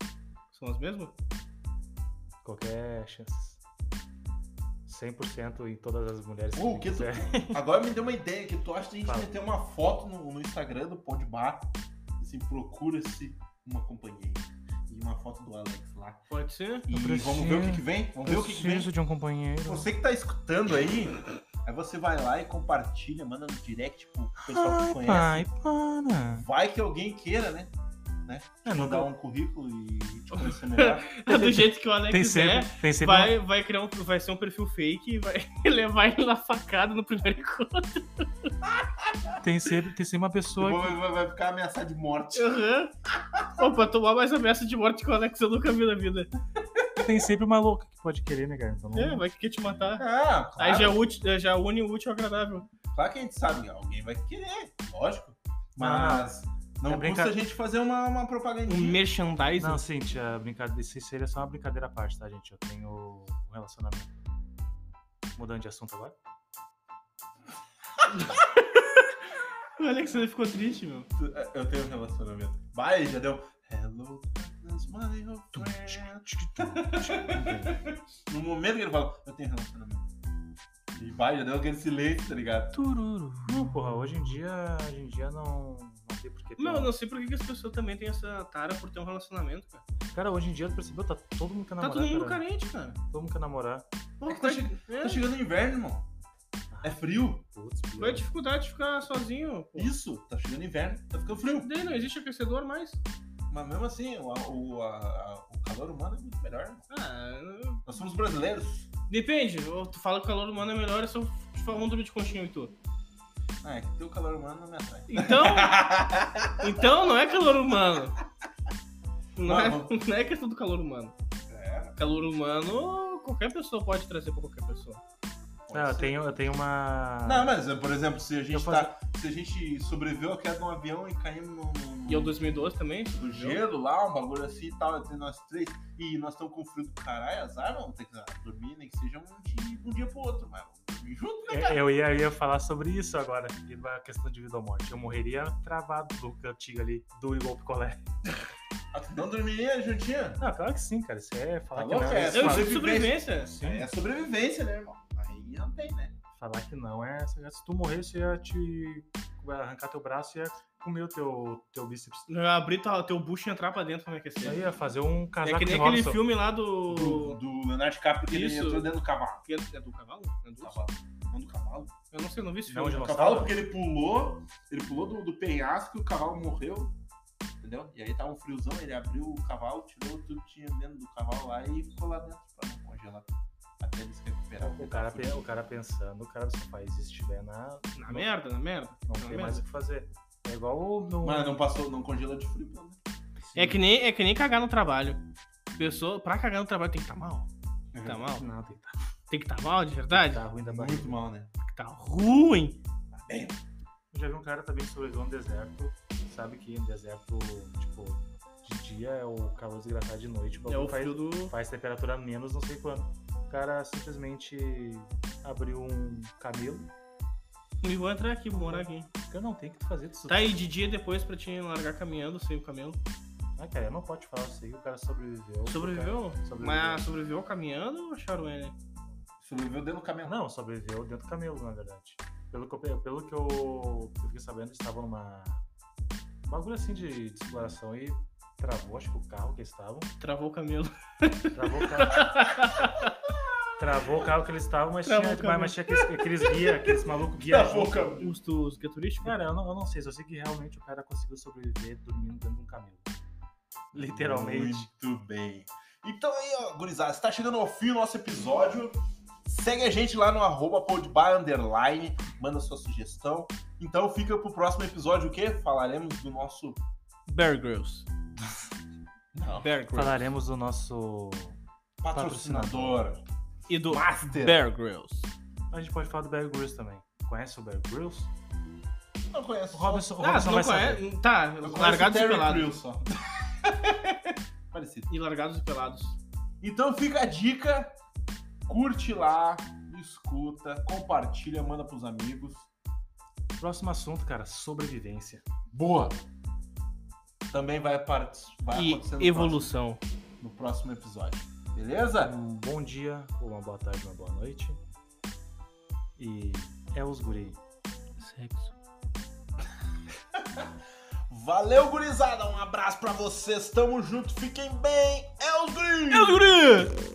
[SPEAKER 2] São as mesmas?
[SPEAKER 3] qualquer chance. 100% em todas as mulheres.
[SPEAKER 1] Oh,
[SPEAKER 3] me
[SPEAKER 1] que tu-
[SPEAKER 3] quiser.
[SPEAKER 1] Agora me deu uma ideia que tu acha que a gente
[SPEAKER 3] Fala.
[SPEAKER 1] meter uma foto no, no Instagram do Podbar, assim, procura-se uma companheira. E uma foto do Alex lá.
[SPEAKER 2] Pode ser.
[SPEAKER 1] E
[SPEAKER 3] Eu preciso-
[SPEAKER 1] vamos ver o que, que vem? Vamos ver o que, que vem?
[SPEAKER 3] Preciso de um companheiro.
[SPEAKER 1] Você que tá escutando aí, aí você vai lá e compartilha, manda no direct pro pessoal que
[SPEAKER 3] Ai,
[SPEAKER 1] conhece.
[SPEAKER 3] pai, para.
[SPEAKER 1] Vai que alguém queira, né?
[SPEAKER 3] É, não
[SPEAKER 1] Mandar
[SPEAKER 3] dá-
[SPEAKER 1] um currículo e te conhecer
[SPEAKER 3] [LAUGHS]
[SPEAKER 1] melhor.
[SPEAKER 2] [LAUGHS] Do jeito que o Alex
[SPEAKER 3] Tem
[SPEAKER 2] é,
[SPEAKER 3] sempre, tem sempre
[SPEAKER 2] vai, vai, criar um, vai ser um perfil fake e vai [LAUGHS] levar ele na facada no primeiro encontro.
[SPEAKER 3] Tem sempre, tem sempre uma pessoa
[SPEAKER 1] Depois vai, vai ficar ameaçado de morte.
[SPEAKER 2] Aham. Pô, pra tomar mais ameaça de morte que o Alex eu nunca vi na vida.
[SPEAKER 3] que tem sempre uma louca que pode querer, né, cara? Então, não-
[SPEAKER 2] É, vai querer te matar.
[SPEAKER 1] Ah,
[SPEAKER 2] Aí
[SPEAKER 1] claro,
[SPEAKER 2] já, ute- já une o útil ao agradável.
[SPEAKER 1] claro que a gente sabe, alguém vai querer, lógico. Mas não
[SPEAKER 3] É
[SPEAKER 1] custa
[SPEAKER 3] brinca-
[SPEAKER 1] a gente fazer uma, uma propagandinha.
[SPEAKER 2] Um merchandising.
[SPEAKER 3] Não, sim, tia, brincadeira. Isso seria só uma brincadeira à parte, tá, gente? Eu tenho um relacionamento. Mudando de assunto agora?
[SPEAKER 2] O Alex ele ficou triste, meu.
[SPEAKER 1] Eu tenho um relacionamento. Vai, já deu. Hello, darkness, my old
[SPEAKER 3] É.
[SPEAKER 1] friend. No momento que ele fala, eu tenho um relacionamento. E vai, já deu aquele silêncio, tá ligado?
[SPEAKER 3] Tururu. Não, porra, hoje em dia. Hoje em dia não. Não tem porquê.
[SPEAKER 2] Meu, eu não sei por que que as pessoas também têm essa tara por ter um relacionamento, cara.
[SPEAKER 3] Cara, hoje em dia tu percebeu? Tá todo mundo quer
[SPEAKER 2] Tá
[SPEAKER 3] namorar.
[SPEAKER 2] todo mundo
[SPEAKER 3] cara.
[SPEAKER 2] carente, cara.
[SPEAKER 3] Todo mundo quer namorar.
[SPEAKER 2] Pô,
[SPEAKER 1] É que tá
[SPEAKER 2] coisa- é.
[SPEAKER 1] Tá chegando o inverno, irmão. É frio.
[SPEAKER 3] Putz,
[SPEAKER 2] Qual é a dificuldade de ficar sozinho? Pô?
[SPEAKER 1] Isso, tá chegando inverno, tá ficando frio.
[SPEAKER 2] Daí não existe aquecedor mais.
[SPEAKER 1] Mas mesmo assim, o, o, a- o calor humano é muito melhor. irmão.
[SPEAKER 2] Ah,
[SPEAKER 1] Nós somos brasileiros.
[SPEAKER 2] depende. Ou tu fala que o calor humano é melhor, eu só te falo um dormir de conchinha e tu.
[SPEAKER 1] Ah, é que teu calor humano não me atrai.
[SPEAKER 3] [LAUGHS]
[SPEAKER 2] Então. então não é calor humano. Não é,
[SPEAKER 1] Não,
[SPEAKER 2] não é questão do calor humano.
[SPEAKER 1] É,
[SPEAKER 2] Calor humano, qualquer pessoa pode trazer pra qualquer pessoa.
[SPEAKER 1] pode
[SPEAKER 3] Não, Ah, eu
[SPEAKER 1] ser.
[SPEAKER 3] tenho, eu tenho uma.
[SPEAKER 1] Não, mas, por exemplo, se a
[SPEAKER 3] Eu
[SPEAKER 1] gente,
[SPEAKER 3] faço-
[SPEAKER 1] tá, se a gente sobreviveu à queda de um avião e caímos num, num-
[SPEAKER 2] E é o 2012 também?
[SPEAKER 1] do gelo lá, um bagulho assim e tal, entre nós três. E nós estamos com frio do caralho, é azar, vamos ter que ah, dormir, nem que seja um dia, um dia pro outro, mas vamos dormir junto,
[SPEAKER 2] É.
[SPEAKER 1] né, cara?
[SPEAKER 3] Eu ia, eu ia falar sobre isso agora, e a questão de vida ou morte. Eu morreria travado do cantigo ali, do igual picolé.
[SPEAKER 1] Ah, tu Não dormiria juntinha?
[SPEAKER 3] Não, claro que sim, cara. Isso é falar
[SPEAKER 1] Tá
[SPEAKER 3] que
[SPEAKER 1] louco,
[SPEAKER 3] não.
[SPEAKER 1] é?
[SPEAKER 3] É,
[SPEAKER 2] Eu
[SPEAKER 1] Mas
[SPEAKER 3] falar,
[SPEAKER 2] de sobrevivência.
[SPEAKER 1] É sobrevivência, né, irmão? Aí não tem, né?
[SPEAKER 3] falar que não é. Se tu morresse, ia te vai arrancar teu braço e ia comer o teu, teu bíceps.
[SPEAKER 2] Eu abrir tua- teu bucho e entrar pra dentro pra me aquecer.
[SPEAKER 3] Aí ia fazer um
[SPEAKER 2] É
[SPEAKER 3] casaco
[SPEAKER 2] que
[SPEAKER 3] de
[SPEAKER 2] nem aquele
[SPEAKER 3] Robson.
[SPEAKER 2] filme lá
[SPEAKER 1] Do,
[SPEAKER 2] do.
[SPEAKER 1] do Leonardo DiCaprio que ele
[SPEAKER 2] Isso.
[SPEAKER 1] entrou dentro do cavalo.
[SPEAKER 2] que É do cavalo? É do-
[SPEAKER 1] cavalo. Não do cavalo?
[SPEAKER 2] Eu não sei, não vi esse
[SPEAKER 3] Não,
[SPEAKER 2] filme.
[SPEAKER 3] de
[SPEAKER 1] O
[SPEAKER 3] Nossa,
[SPEAKER 1] cavalo
[SPEAKER 3] cara.
[SPEAKER 1] porque ele pulou, ele pulou do, do penhasco e o cavalo morreu. Entendeu? E aí tava um friozão, ele abriu o cavalo, tirou tudo que tinha dentro do cavalo lá e ficou lá dentro pra não congelar. Até ele se recuperar.
[SPEAKER 3] É, O cara, pe- o cara pensando, o cara só faz isso se estiver na.
[SPEAKER 2] Na merda, na merda.
[SPEAKER 3] Não
[SPEAKER 2] na
[SPEAKER 3] tem
[SPEAKER 2] merda.
[SPEAKER 3] mais o que fazer. É igual o. no-
[SPEAKER 1] Mas não passou, não congelou de frio, né?
[SPEAKER 2] É que, nem, é que nem cagar no trabalho. Pessoa, pra cagar no trabalho tem que estar mal.
[SPEAKER 1] Uhum.
[SPEAKER 2] Tem que estar mal.
[SPEAKER 3] Não, tem que tá,
[SPEAKER 2] Tem que estar mal, de verdade.
[SPEAKER 3] tá ruim da barriga.
[SPEAKER 1] Muito mal, né?
[SPEAKER 2] Tem que estar ruim.
[SPEAKER 1] Bem,
[SPEAKER 3] Eu já vi um cara também que sobreviveu no deserto. Sabe que no deserto, tipo, de dia é o calor desgraçado de noite.
[SPEAKER 2] É o
[SPEAKER 3] bagulho faz-
[SPEAKER 2] frio do.
[SPEAKER 3] faz temperatura menos não sei quanto. O cara simplesmente abriu um camelo.
[SPEAKER 2] Eu vou entrar aqui, vou morar aqui.
[SPEAKER 3] Porque não tem o que tu fazer disso.
[SPEAKER 2] Tá aí de dia depois pra te largar caminhando, sem o camelo.
[SPEAKER 3] Ah, cara, não pode falar isso aí. O cara sobreviveu.
[SPEAKER 2] Sobreviveu?
[SPEAKER 3] O cara sobreviveu.
[SPEAKER 2] Mas sobreviveu caminhando ou acharam ele?
[SPEAKER 1] sobreviveu dentro do caminhão.
[SPEAKER 3] Não, sobreviveu dentro do camelo, na verdade. Pelo que eu, pelo que eu, eu fiquei sabendo, eles estavam numa. Um bagulho assim de, de exploração e travou, acho que o carro que eles estavam.
[SPEAKER 2] Travou o camelo.
[SPEAKER 3] Travou o carro.
[SPEAKER 2] [LAUGHS]
[SPEAKER 3] Travou o carro que eles estavam, mas
[SPEAKER 2] Travou
[SPEAKER 3] tinha,
[SPEAKER 2] o caminho.
[SPEAKER 3] mas tinha aqueles, aqueles guia, aqueles malucos guia junto.
[SPEAKER 2] Os dos guia turísticos?
[SPEAKER 3] Cara, eu não, eu não sei, só sei que realmente o cara conseguiu sobreviver dormindo dentro de um camelo. Literalmente.
[SPEAKER 1] Muito bem. Então aí, ó, gurizada, está chegando ao fim o nosso episódio. Segue a gente lá no arroba podbar underline, manda sua sugestão. Então fica pro próximo episódio o quê? Falaremos do nosso.
[SPEAKER 2] Bear Grylls.
[SPEAKER 1] Não.
[SPEAKER 2] Bear Grylls.
[SPEAKER 3] Falaremos do nosso.
[SPEAKER 1] Patrocinador.
[SPEAKER 2] E do
[SPEAKER 1] Master.
[SPEAKER 2] Bear Grylls.
[SPEAKER 3] A gente pode falar do Bear Grylls também. Conhece o Bear Grylls?
[SPEAKER 1] Não conheço.
[SPEAKER 3] O Robinson, o
[SPEAKER 2] Ah,
[SPEAKER 3] Robinson
[SPEAKER 2] tu não
[SPEAKER 3] vai saber.
[SPEAKER 2] conhece? Tá,
[SPEAKER 1] Eu conheço
[SPEAKER 2] largados e
[SPEAKER 1] Terry
[SPEAKER 2] pelados.
[SPEAKER 1] Crews só. [LAUGHS] Parecido.
[SPEAKER 2] E largados e pelados.
[SPEAKER 1] Então fica a dica. Curte lá, escuta, compartilha, manda pros amigos.
[SPEAKER 3] Próximo assunto, cara, sobrevivência.
[SPEAKER 1] Boa! Também vai, part... vai
[SPEAKER 2] E
[SPEAKER 1] acontecer no
[SPEAKER 2] evolução.
[SPEAKER 1] próximo- no próximo episódio. Beleza?
[SPEAKER 3] Um bom dia, ou uma boa tarde, uma boa noite. E é os guri.
[SPEAKER 2] Sexo.
[SPEAKER 1] Valeu, gurizada! Um abraço pra vocês, tamo junto, fiquem bem! É os Green!
[SPEAKER 2] É os guri!